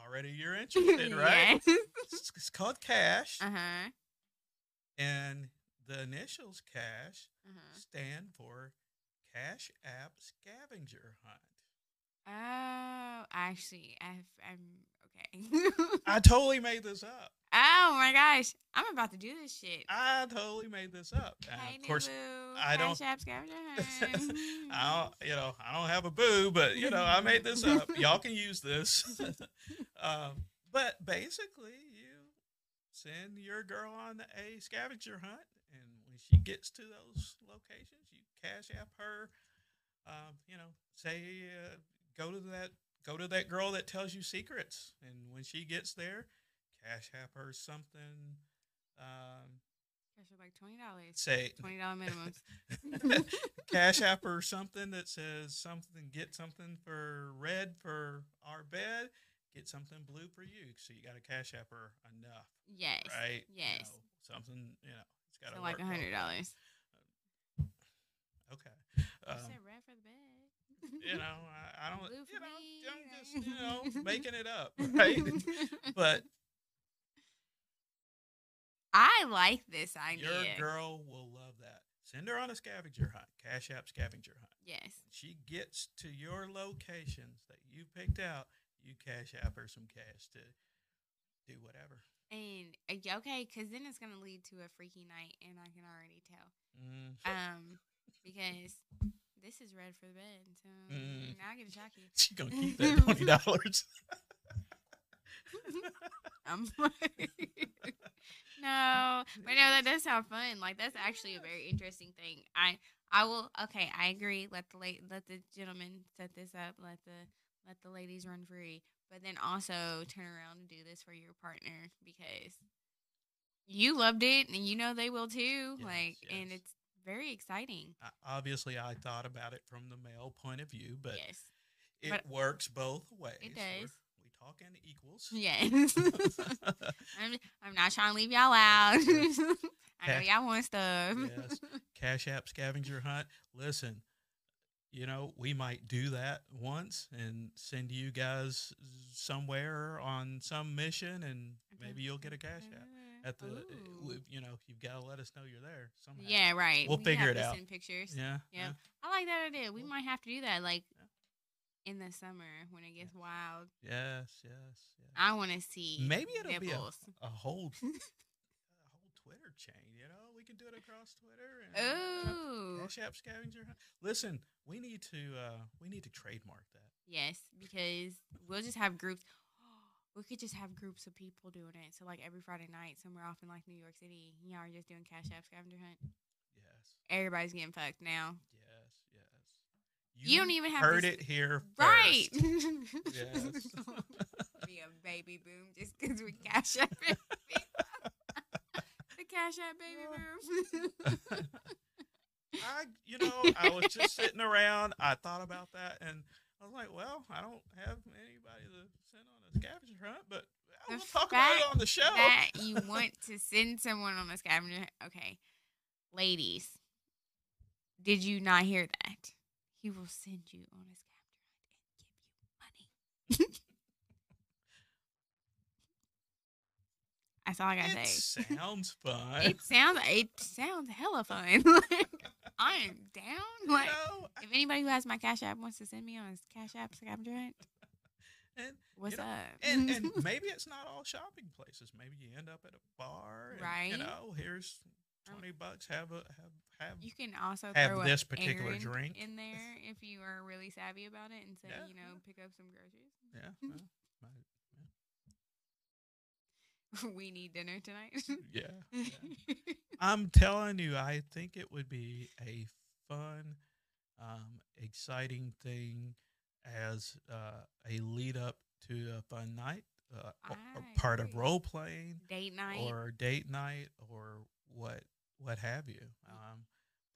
[SPEAKER 1] already you're interested, right?
[SPEAKER 2] yes.
[SPEAKER 1] It's, it's called cash.
[SPEAKER 2] Uh huh.
[SPEAKER 1] And the initials cash
[SPEAKER 2] Uh
[SPEAKER 1] stand for Cash App Scavenger Hunt.
[SPEAKER 2] huh. Oh, actually, I've, I'm okay.
[SPEAKER 1] I totally made this up.
[SPEAKER 2] oh my gosh, I'm about to do this shit.
[SPEAKER 1] I totally made this up. And
[SPEAKER 2] hey,
[SPEAKER 1] Uh, of course,
[SPEAKER 2] Nubu,
[SPEAKER 1] I don't-
[SPEAKER 2] Cash App scavenger hunt.
[SPEAKER 1] I don't, you know, I don't have a boo, but you know, I made this up. Y'all can use this. um, but basically, you send your girl on a scavenger hunt, and when she gets to those locations, you cash app her. Um, you know, say uh, go to that go to that girl that tells you secrets, and when she gets there, cash app her something. Um,
[SPEAKER 2] Cash App, like twenty dollars,
[SPEAKER 1] say
[SPEAKER 2] twenty dollar minimums.
[SPEAKER 1] cash app or something that says something get something for red for our bed get something blue for you so you got to cash app her enough
[SPEAKER 2] yes.
[SPEAKER 1] right You
[SPEAKER 2] Yes.
[SPEAKER 1] know, something you know it's got to
[SPEAKER 2] So like a hundred dollars.
[SPEAKER 1] okay
[SPEAKER 2] You
[SPEAKER 1] um,
[SPEAKER 2] said red for the bed.
[SPEAKER 1] you know i, I don't
[SPEAKER 2] Blue for
[SPEAKER 1] you know i'm
[SPEAKER 2] me, right?
[SPEAKER 1] just you know making it up right but
[SPEAKER 2] I like this idea.
[SPEAKER 1] your girl will love that send her on a scavenger hunt cash app scavenger hunt
[SPEAKER 2] yes.
[SPEAKER 1] she gets to your locations that you picked out, you cash app her some cash to do whatever.
[SPEAKER 2] And uh, yeah, okay, because then it's gonna lead to a freaky night, and I can already tell.
[SPEAKER 1] Mm.
[SPEAKER 2] Um, because this is red for the bed, so
[SPEAKER 1] Mm.
[SPEAKER 2] now I get to shock you.
[SPEAKER 1] She gonna keep that twenty dollars.
[SPEAKER 2] I'm like, no, but no, that does sound fun. Like that's actually a very interesting thing. I I will. Okay, I agree. Let the late, let the gentlemen set this up. Let the let the ladies run free. But then also turn around and do this for your partner because you loved it and you know they will too.
[SPEAKER 1] Yes,
[SPEAKER 2] like, and
[SPEAKER 1] yes.
[SPEAKER 2] it's very exciting.
[SPEAKER 1] Obviously, I thought about it from the male point of view, but
[SPEAKER 2] yes.
[SPEAKER 1] it
[SPEAKER 2] but-
[SPEAKER 1] works both ways.
[SPEAKER 2] does.
[SPEAKER 1] we talking equals.
[SPEAKER 2] Yes. I'm, I'm not trying to leave y'all out. I know y'all want stuff.
[SPEAKER 1] Yes. Cash App scavenger hunt. Listen, you know, we might do that once and send you guys somewhere on some mission, and maybe you'll get a Cash App. at the
[SPEAKER 2] Uh, Ooh.
[SPEAKER 1] w you know you've got to let us know you're there somehow.
[SPEAKER 2] yeah, right.
[SPEAKER 1] We'll
[SPEAKER 2] We
[SPEAKER 1] figure
[SPEAKER 2] have
[SPEAKER 1] it
[SPEAKER 2] to
[SPEAKER 1] out.
[SPEAKER 2] Send pictures.
[SPEAKER 1] Yeah.
[SPEAKER 2] Yeah. I like that idea. We
[SPEAKER 1] Cool.
[SPEAKER 2] might have to do that, like
[SPEAKER 1] Yeah.
[SPEAKER 2] in the summer when it gets wild.
[SPEAKER 1] yeah. Yes. Yes. yes.
[SPEAKER 2] I want to see.
[SPEAKER 1] Maybe it'll be a,
[SPEAKER 2] nipples.
[SPEAKER 1] a whole a whole Twitter chain. You know, we can do it across Twitter. And,
[SPEAKER 2] Ooh.
[SPEAKER 1] Cash App Scavenger. Hunt. Listen, we need to uh we need to trademark that.
[SPEAKER 2] Yes, because we'll just have groups. We could just have groups of people doing it. So like every Friday night, somewhere off in like New York City, y'all are just doing cash app scavenger hunt.
[SPEAKER 1] Yes.
[SPEAKER 2] Everybody's getting fucked now.
[SPEAKER 1] Yes. Yes.
[SPEAKER 2] You, don't even have
[SPEAKER 1] heard
[SPEAKER 2] to
[SPEAKER 1] it here
[SPEAKER 2] Right.
[SPEAKER 1] first.
[SPEAKER 2] Yes. be a baby boom just because we cash app it. the cash app baby boom.
[SPEAKER 1] I, you know, I was just sitting around. I thought about that, and I was like, "Well, I don't have anybody to send on a scavenger hunt, but
[SPEAKER 2] The
[SPEAKER 1] we'll talk about it
[SPEAKER 2] fact
[SPEAKER 1] on the show."
[SPEAKER 2] that you want to send someone on a scavenger hunt. Okay. Ladies, did you not hear that? He will send you on a scavenger hunt and give you money. That's all I gotta
[SPEAKER 1] it
[SPEAKER 2] say.
[SPEAKER 1] sounds fun.
[SPEAKER 2] It sounds it sounds hella fun. like, I am down.
[SPEAKER 1] you
[SPEAKER 2] Like
[SPEAKER 1] know,
[SPEAKER 2] if anybody who has my Cash App wants to send me on his Cash App scavenger hunt,
[SPEAKER 1] and,
[SPEAKER 2] what's
[SPEAKER 1] know,
[SPEAKER 2] up?
[SPEAKER 1] and and maybe it's not all shopping places. Maybe you end up at a bar, and,
[SPEAKER 2] Right.
[SPEAKER 1] You know, here's
[SPEAKER 2] Um,
[SPEAKER 1] twenty bucks. Have a have have.
[SPEAKER 2] you can also
[SPEAKER 1] have
[SPEAKER 2] throw a
[SPEAKER 1] this particular
[SPEAKER 2] errand
[SPEAKER 1] drink.
[SPEAKER 2] in there if you are really savvy about it and say
[SPEAKER 1] Yeah,
[SPEAKER 2] you know
[SPEAKER 1] yeah.
[SPEAKER 2] pick up some groceries.
[SPEAKER 1] yeah. well, might-
[SPEAKER 2] we need dinner tonight.
[SPEAKER 1] yeah. yeah. I'm telling you, I think it would be a fun, um, exciting thing as uh, a lead up to a fun night. Uh, or- or
[SPEAKER 2] I I
[SPEAKER 1] part of
[SPEAKER 2] agree.
[SPEAKER 1] role playing
[SPEAKER 2] date night.
[SPEAKER 1] or date night or what what have you. Um,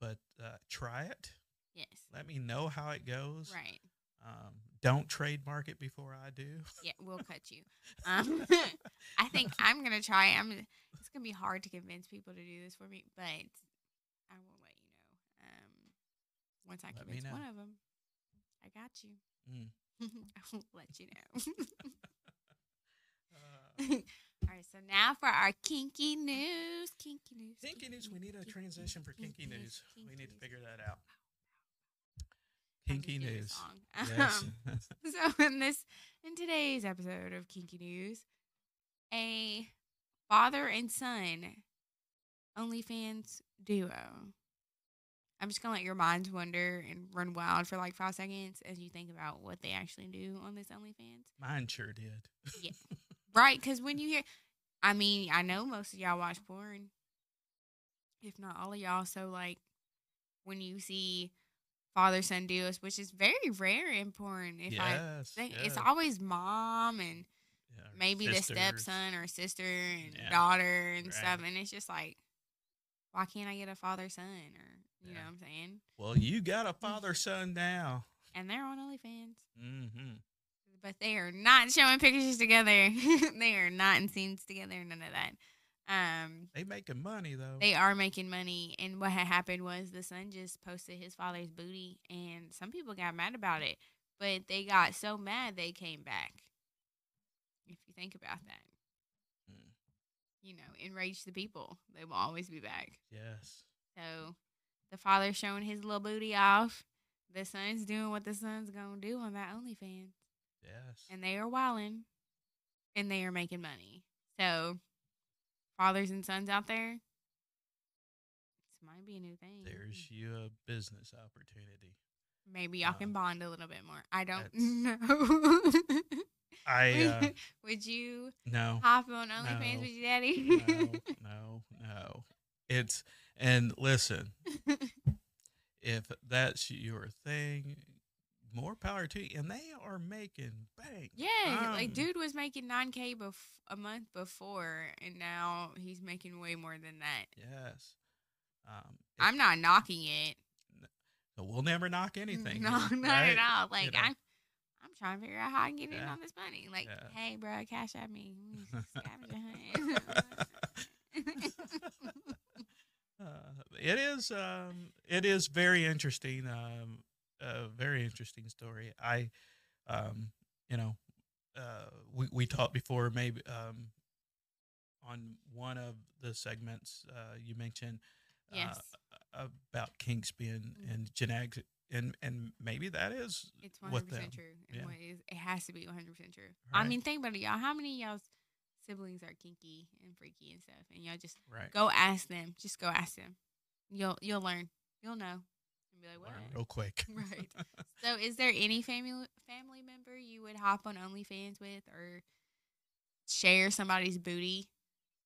[SPEAKER 1] but uh, try it.
[SPEAKER 2] yes,
[SPEAKER 1] Let me know how it goes.
[SPEAKER 2] right.
[SPEAKER 1] Um, don't trademark it before I do.
[SPEAKER 2] Yeah, we'll cut you. Um, I think I'm gonna try. it. I'm. It's gonna be hard to convince people to do this for me, but I will let you know. Um, once I
[SPEAKER 1] Let me
[SPEAKER 2] convince
[SPEAKER 1] know.
[SPEAKER 2] one of them, I got you.
[SPEAKER 1] Mm.
[SPEAKER 2] I will let you know.
[SPEAKER 1] Uh,
[SPEAKER 2] All right, so now for our kinky news. Kinky news.
[SPEAKER 1] Kinky news. We need a
[SPEAKER 2] kinky,
[SPEAKER 1] transition for kinky news. We need to
[SPEAKER 2] news.
[SPEAKER 1] figure that out.
[SPEAKER 2] I just
[SPEAKER 1] Kinky
[SPEAKER 2] did a
[SPEAKER 1] news.
[SPEAKER 2] song.
[SPEAKER 1] Yes.
[SPEAKER 2] Um, so in this in today's episode of Kinky News, a father and son OnlyFans duo. I'm just gonna let your minds wander and run wild for like five seconds as you think about what they actually do on this OnlyFans.
[SPEAKER 1] Mine sure did.
[SPEAKER 2] Right, because when you hear, I mean, I know most of y'all watch porn, if not all of y'all. So, like, when you see father son duos, which is very rare in porn, if I
[SPEAKER 1] yes.
[SPEAKER 2] think
[SPEAKER 1] yes.
[SPEAKER 2] it's always mom and
[SPEAKER 1] Yeah, or
[SPEAKER 2] maybe the
[SPEAKER 1] sisters.
[SPEAKER 2] stepson or sister and
[SPEAKER 1] Yeah,
[SPEAKER 2] daughter and stuff.
[SPEAKER 1] right.
[SPEAKER 2] And it's just like, why can't I get a father son? Or, you know
[SPEAKER 1] Yeah.
[SPEAKER 2] what I'm saying?
[SPEAKER 1] Well, you got
[SPEAKER 2] Mm.
[SPEAKER 1] a father son now.
[SPEAKER 2] And they're on OnlyFans.
[SPEAKER 1] Mm-hmm.
[SPEAKER 2] but they are not showing pictures together. they are not in scenes together. None of that. Um,
[SPEAKER 1] They making money though.
[SPEAKER 2] they are making money, and what had happened was the son just posted his father's booty, and some people got mad about it. But they got so mad they came back. If you think about that,
[SPEAKER 1] Mm.
[SPEAKER 2] you know, enrage the people. They will always be back.
[SPEAKER 1] yes.
[SPEAKER 2] So the father's showing his little booty off. The son's doing what the son's gonna do on that OnlyFans.
[SPEAKER 1] Yes.
[SPEAKER 2] and they are wilding and they are making money. So, fathers and sons out there, this might be a new thing.
[SPEAKER 1] There's you a business opportunity.
[SPEAKER 2] Maybe y'all
[SPEAKER 1] um,
[SPEAKER 2] can bond a little bit more. I don't
[SPEAKER 1] that's-
[SPEAKER 2] know.
[SPEAKER 1] I uh,
[SPEAKER 2] Would you
[SPEAKER 1] no.
[SPEAKER 2] hop on OnlyFans
[SPEAKER 1] No.
[SPEAKER 2] with your daddy?
[SPEAKER 1] no, no, no. It's and listen, if that's your thing, more power to you. And they are making bank.
[SPEAKER 2] yeah, like
[SPEAKER 1] Um,
[SPEAKER 2] dude was making nine k bef- a month before, and now he's making way more than that.
[SPEAKER 1] Yes. Um, it-
[SPEAKER 2] I'm not knocking it.
[SPEAKER 1] We'll never knock anything.
[SPEAKER 2] No,
[SPEAKER 1] here,
[SPEAKER 2] not
[SPEAKER 1] right?
[SPEAKER 2] at all. Like
[SPEAKER 1] know.
[SPEAKER 2] I'm, I'm trying to figure out how I can get in
[SPEAKER 1] Yeah.
[SPEAKER 2] on this money. Like,
[SPEAKER 1] Yeah.
[SPEAKER 2] hey, bro, cash at me. Mm, scavenger hunt.
[SPEAKER 1] Uh, it is um, it is very interesting um, a very interesting story i um, you know uh, we, we talked before maybe um, on one of the segments uh, you mentioned
[SPEAKER 2] yes,
[SPEAKER 1] uh, about kinks being
[SPEAKER 2] Mhm.
[SPEAKER 1] and genetics and and maybe that is
[SPEAKER 2] it's
[SPEAKER 1] with
[SPEAKER 2] 100
[SPEAKER 1] them.
[SPEAKER 2] percent true. And
[SPEAKER 1] Yeah.
[SPEAKER 2] what is- it has to be 100 percent true. I
[SPEAKER 1] Right.
[SPEAKER 2] mean, think about it, y'all. How many of y'all's siblings are kinky and freaky and stuff? And y'all just
[SPEAKER 1] right
[SPEAKER 2] go ask them. Just go ask them. You'll you'll learn. You'll know. And be like, what?
[SPEAKER 1] learn real quick
[SPEAKER 2] Right. So, is there any family family member you would hop on OnlyFans with, or share somebody's booty?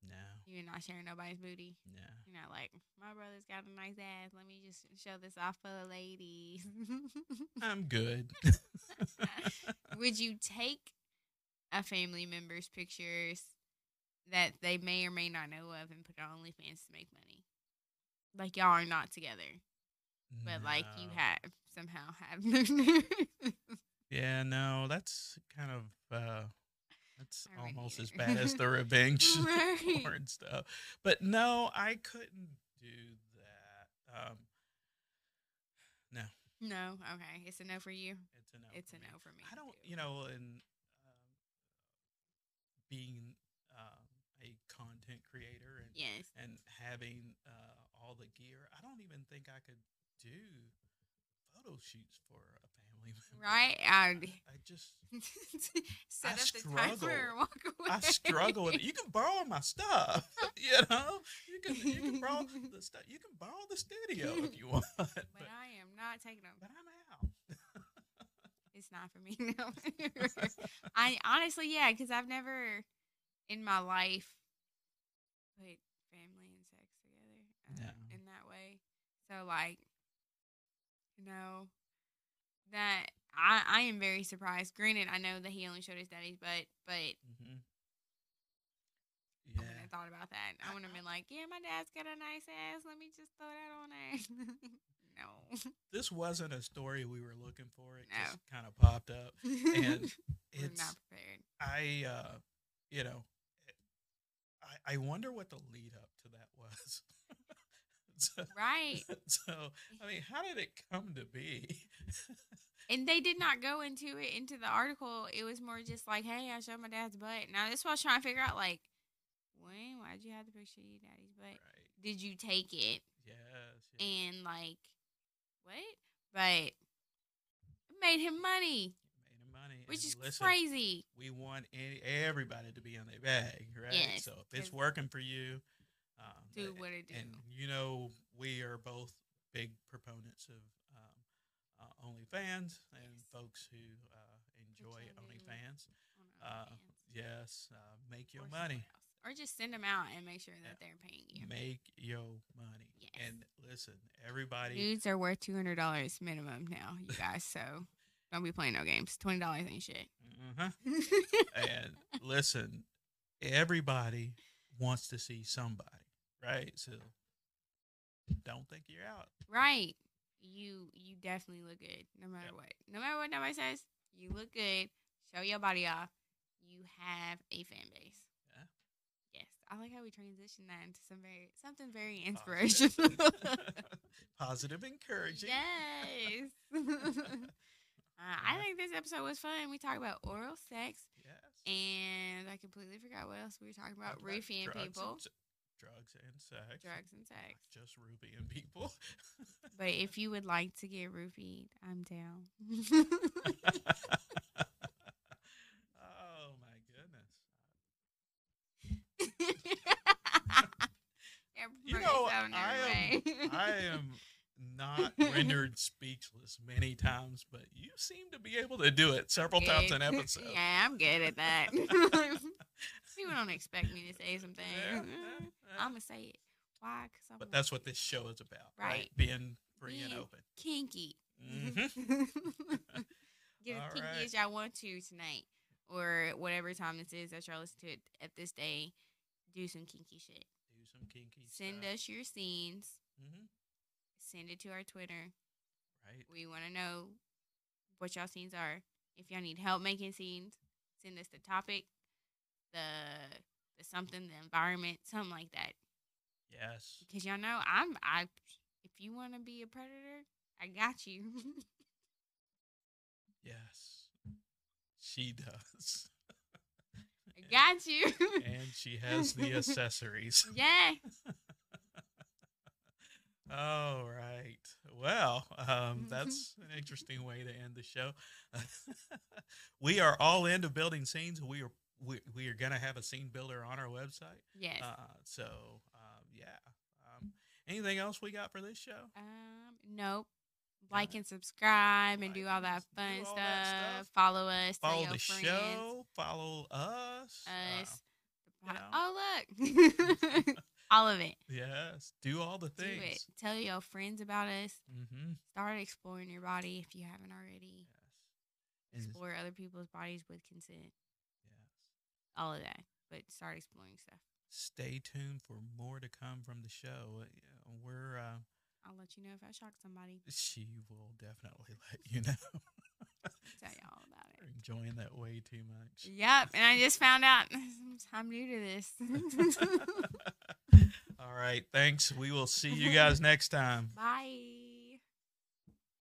[SPEAKER 1] no
[SPEAKER 2] You're not sharing nobody's booty.
[SPEAKER 1] no
[SPEAKER 2] You're not like my brother's got a nice ass. Let me just show this off for the ladies.
[SPEAKER 1] i'm good
[SPEAKER 2] would you take a family member's pictures that they may or may not know of and put it on OnlyFans to make money? Like y'all are not together, but like you
[SPEAKER 1] No.
[SPEAKER 2] have somehow have.
[SPEAKER 1] Yeah, no, that's kind of uh that's
[SPEAKER 2] I read
[SPEAKER 1] almost as
[SPEAKER 2] here.
[SPEAKER 1] bad as the revenge
[SPEAKER 2] Right.
[SPEAKER 1] porn stuff. But no, I couldn't do that. Um
[SPEAKER 2] No, okay. It's a no for you.
[SPEAKER 1] it's a no.
[SPEAKER 2] It's
[SPEAKER 1] for
[SPEAKER 2] a
[SPEAKER 1] me.
[SPEAKER 2] no for me.
[SPEAKER 1] I don't,
[SPEAKER 2] too.
[SPEAKER 1] you know, and um, being um, a content creator and
[SPEAKER 2] Yes.
[SPEAKER 1] and having uh, all the gear, I don't even think I could do photo shoots for a family member.
[SPEAKER 2] Right?
[SPEAKER 1] I, I
[SPEAKER 2] I
[SPEAKER 1] just I
[SPEAKER 2] set up the timer and
[SPEAKER 1] struggle.
[SPEAKER 2] walk away.
[SPEAKER 1] I struggle with it. You can borrow my stuff, you know. You can you can borrow the stuff. You can borrow the studio if you want, but,
[SPEAKER 2] But I am not taking them.
[SPEAKER 1] but I'm out.
[SPEAKER 2] It's not for me. No. I honestly, yeah, because I've never in my life put family and sex together uh,
[SPEAKER 1] No.
[SPEAKER 2] in that way. So like, you know, that I I am very surprised. Granted, I know that he only showed his daddies, but but
[SPEAKER 1] Mhm.
[SPEAKER 2] thought about that. Oh, I would have been like, yeah, my dad's got a nice ass. Let me just throw that on there. no.
[SPEAKER 1] This wasn't a story we were looking for. It
[SPEAKER 2] No.
[SPEAKER 1] just kind of popped up, and
[SPEAKER 2] We're
[SPEAKER 1] it's
[SPEAKER 2] not prepared.
[SPEAKER 1] I, uh, you know, I, I wonder what the lead up to that was. so,
[SPEAKER 2] Right.
[SPEAKER 1] so, I mean, how did it come to be?
[SPEAKER 2] And they did not go into it into the article. It was more just like, hey, I showed my dad's butt. Now, this was trying to figure out, like, when? Why'd you have the picture of your daddy's butt?
[SPEAKER 1] Right.
[SPEAKER 2] Did you take it?
[SPEAKER 1] Yes. yes.
[SPEAKER 2] And, like, what? But it made him money,
[SPEAKER 1] Made him money.
[SPEAKER 2] which
[SPEAKER 1] and
[SPEAKER 2] is
[SPEAKER 1] listen,
[SPEAKER 2] crazy.
[SPEAKER 1] We want any, everybody to be in their bag, right?
[SPEAKER 2] Yes,
[SPEAKER 1] so if it's
[SPEAKER 2] 'cause-
[SPEAKER 1] working for you, um,
[SPEAKER 2] Do
[SPEAKER 1] a-
[SPEAKER 2] what it do.
[SPEAKER 1] and you know we are both big proponents of um, uh, OnlyFans and
[SPEAKER 2] Yes.
[SPEAKER 1] folks who uh, enjoy
[SPEAKER 2] I do.
[SPEAKER 1] OnlyFans.
[SPEAKER 2] on
[SPEAKER 1] Uh,
[SPEAKER 2] OnlyFans.
[SPEAKER 1] Yes, uh, make your
[SPEAKER 2] or
[SPEAKER 1] money.
[SPEAKER 2] somewhere else. Or just send them out and make sure that
[SPEAKER 1] Yeah.
[SPEAKER 2] they're paying you.
[SPEAKER 1] Make your money.
[SPEAKER 2] Yes.
[SPEAKER 1] And listen, everybody.
[SPEAKER 2] Nudes are worth two hundred dollars minimum now, you guys. So don't be playing no games. Twenty dollars ain't shit.
[SPEAKER 1] uh and listen, everybody wants to see somebody, right? So don't think you're out.
[SPEAKER 2] right. You you definitely look good no matter
[SPEAKER 1] Yep.
[SPEAKER 2] what. No matter what nobody says, you look good. Show your body off. You have a fan base.
[SPEAKER 1] Yeah.
[SPEAKER 2] Yes, I like how we transition that into some very something very
[SPEAKER 1] Positive.
[SPEAKER 2] inspirational.
[SPEAKER 1] Positive, encouraging.
[SPEAKER 2] yes. Uh, I think this episode was fun. We talked about oral sex,
[SPEAKER 1] Yes.
[SPEAKER 2] and I completely forgot what else we were talking about.
[SPEAKER 1] Talked
[SPEAKER 2] Roofing
[SPEAKER 1] drugs and
[SPEAKER 2] people,
[SPEAKER 1] se- drugs and sex.
[SPEAKER 2] drugs and sex.
[SPEAKER 1] Not just roofing people.
[SPEAKER 2] But if you would like to get roofied, I'm down.
[SPEAKER 1] oh my goodness.
[SPEAKER 2] Yeah,
[SPEAKER 1] You
[SPEAKER 2] promote
[SPEAKER 1] know,
[SPEAKER 2] yourself in
[SPEAKER 1] I
[SPEAKER 2] every way.
[SPEAKER 1] I am not rendered speechless many times, but you seem to be able to do it several times an
[SPEAKER 2] Good.
[SPEAKER 1] episode.
[SPEAKER 2] Yeah, I'm good at that. People don't expect me to say something.
[SPEAKER 1] Yeah, yeah, yeah.
[SPEAKER 2] Mm-hmm. I'm gonna say it. Why? Because I'm
[SPEAKER 1] But that's what this show is about, right?
[SPEAKER 2] Right.
[SPEAKER 1] Being free and
[SPEAKER 2] Being- Mm-hmm.
[SPEAKER 1] open.
[SPEAKER 2] kinky.
[SPEAKER 1] Mhm.
[SPEAKER 2] Get
[SPEAKER 1] All
[SPEAKER 2] as kinky
[SPEAKER 1] right.
[SPEAKER 2] E as y'all want to tonight, or whatever time this is that y'all listen to it at this day. Do some kinky shit.
[SPEAKER 1] Do some kinky
[SPEAKER 2] Send
[SPEAKER 1] stuff.
[SPEAKER 2] us your scenes.
[SPEAKER 1] Mhm.
[SPEAKER 2] Send it to our Twitter.
[SPEAKER 1] Right.
[SPEAKER 2] We want to know what y'all scenes are. If y'all need help making scenes, send us the topic, the the something, the environment, something like that.
[SPEAKER 1] Yes.
[SPEAKER 2] Because y'all know I'm I. If you want to be a predator, I got you.
[SPEAKER 1] Yes. She does.
[SPEAKER 2] I got you.
[SPEAKER 1] and she has the accessories.
[SPEAKER 2] yeah.
[SPEAKER 1] All right. Well,
[SPEAKER 2] Mm-hmm.
[SPEAKER 1] um, that's an interesting way to end the show. we are all into building scenes. We are we, we are gonna have a scene builder on our website.
[SPEAKER 2] Yes.
[SPEAKER 1] Uh, so um, yeah. Um, anything else we got for this show?
[SPEAKER 2] um. Nope.
[SPEAKER 1] Yeah.
[SPEAKER 2] Like and subscribe and
[SPEAKER 1] Like
[SPEAKER 2] do all
[SPEAKER 1] and
[SPEAKER 2] that
[SPEAKER 1] do
[SPEAKER 2] fun
[SPEAKER 1] all
[SPEAKER 2] stuff.
[SPEAKER 1] that stuff.
[SPEAKER 2] Follow us. tell
[SPEAKER 1] Follow
[SPEAKER 2] your
[SPEAKER 1] the
[SPEAKER 2] friends,
[SPEAKER 1] show. Follow us. uh,
[SPEAKER 2] Us.
[SPEAKER 1] you
[SPEAKER 2] the pod-
[SPEAKER 1] know.
[SPEAKER 2] Oh look. all of it.
[SPEAKER 1] yes. Do all the
[SPEAKER 2] Do it.
[SPEAKER 1] things.
[SPEAKER 2] Tell your friends about us.
[SPEAKER 1] Mm-hmm.
[SPEAKER 2] Start exploring your body if you haven't already.
[SPEAKER 1] Yes. And-
[SPEAKER 2] Explore other people's bodies with consent.
[SPEAKER 1] yes.
[SPEAKER 2] All of that. But start exploring stuff.
[SPEAKER 1] stay tuned for more to come from the show. Uh, yeah, We're uh,
[SPEAKER 2] I'll let you know if I shock somebody.
[SPEAKER 1] she will definitely let you know.
[SPEAKER 2] Tell Mm. y'all about
[SPEAKER 1] We're
[SPEAKER 2] it.
[SPEAKER 1] enjoying that way too much.
[SPEAKER 2] Yep. And I just found out I'm new to this.
[SPEAKER 1] All right, thanks. We will see you guys next time.
[SPEAKER 2] Bye.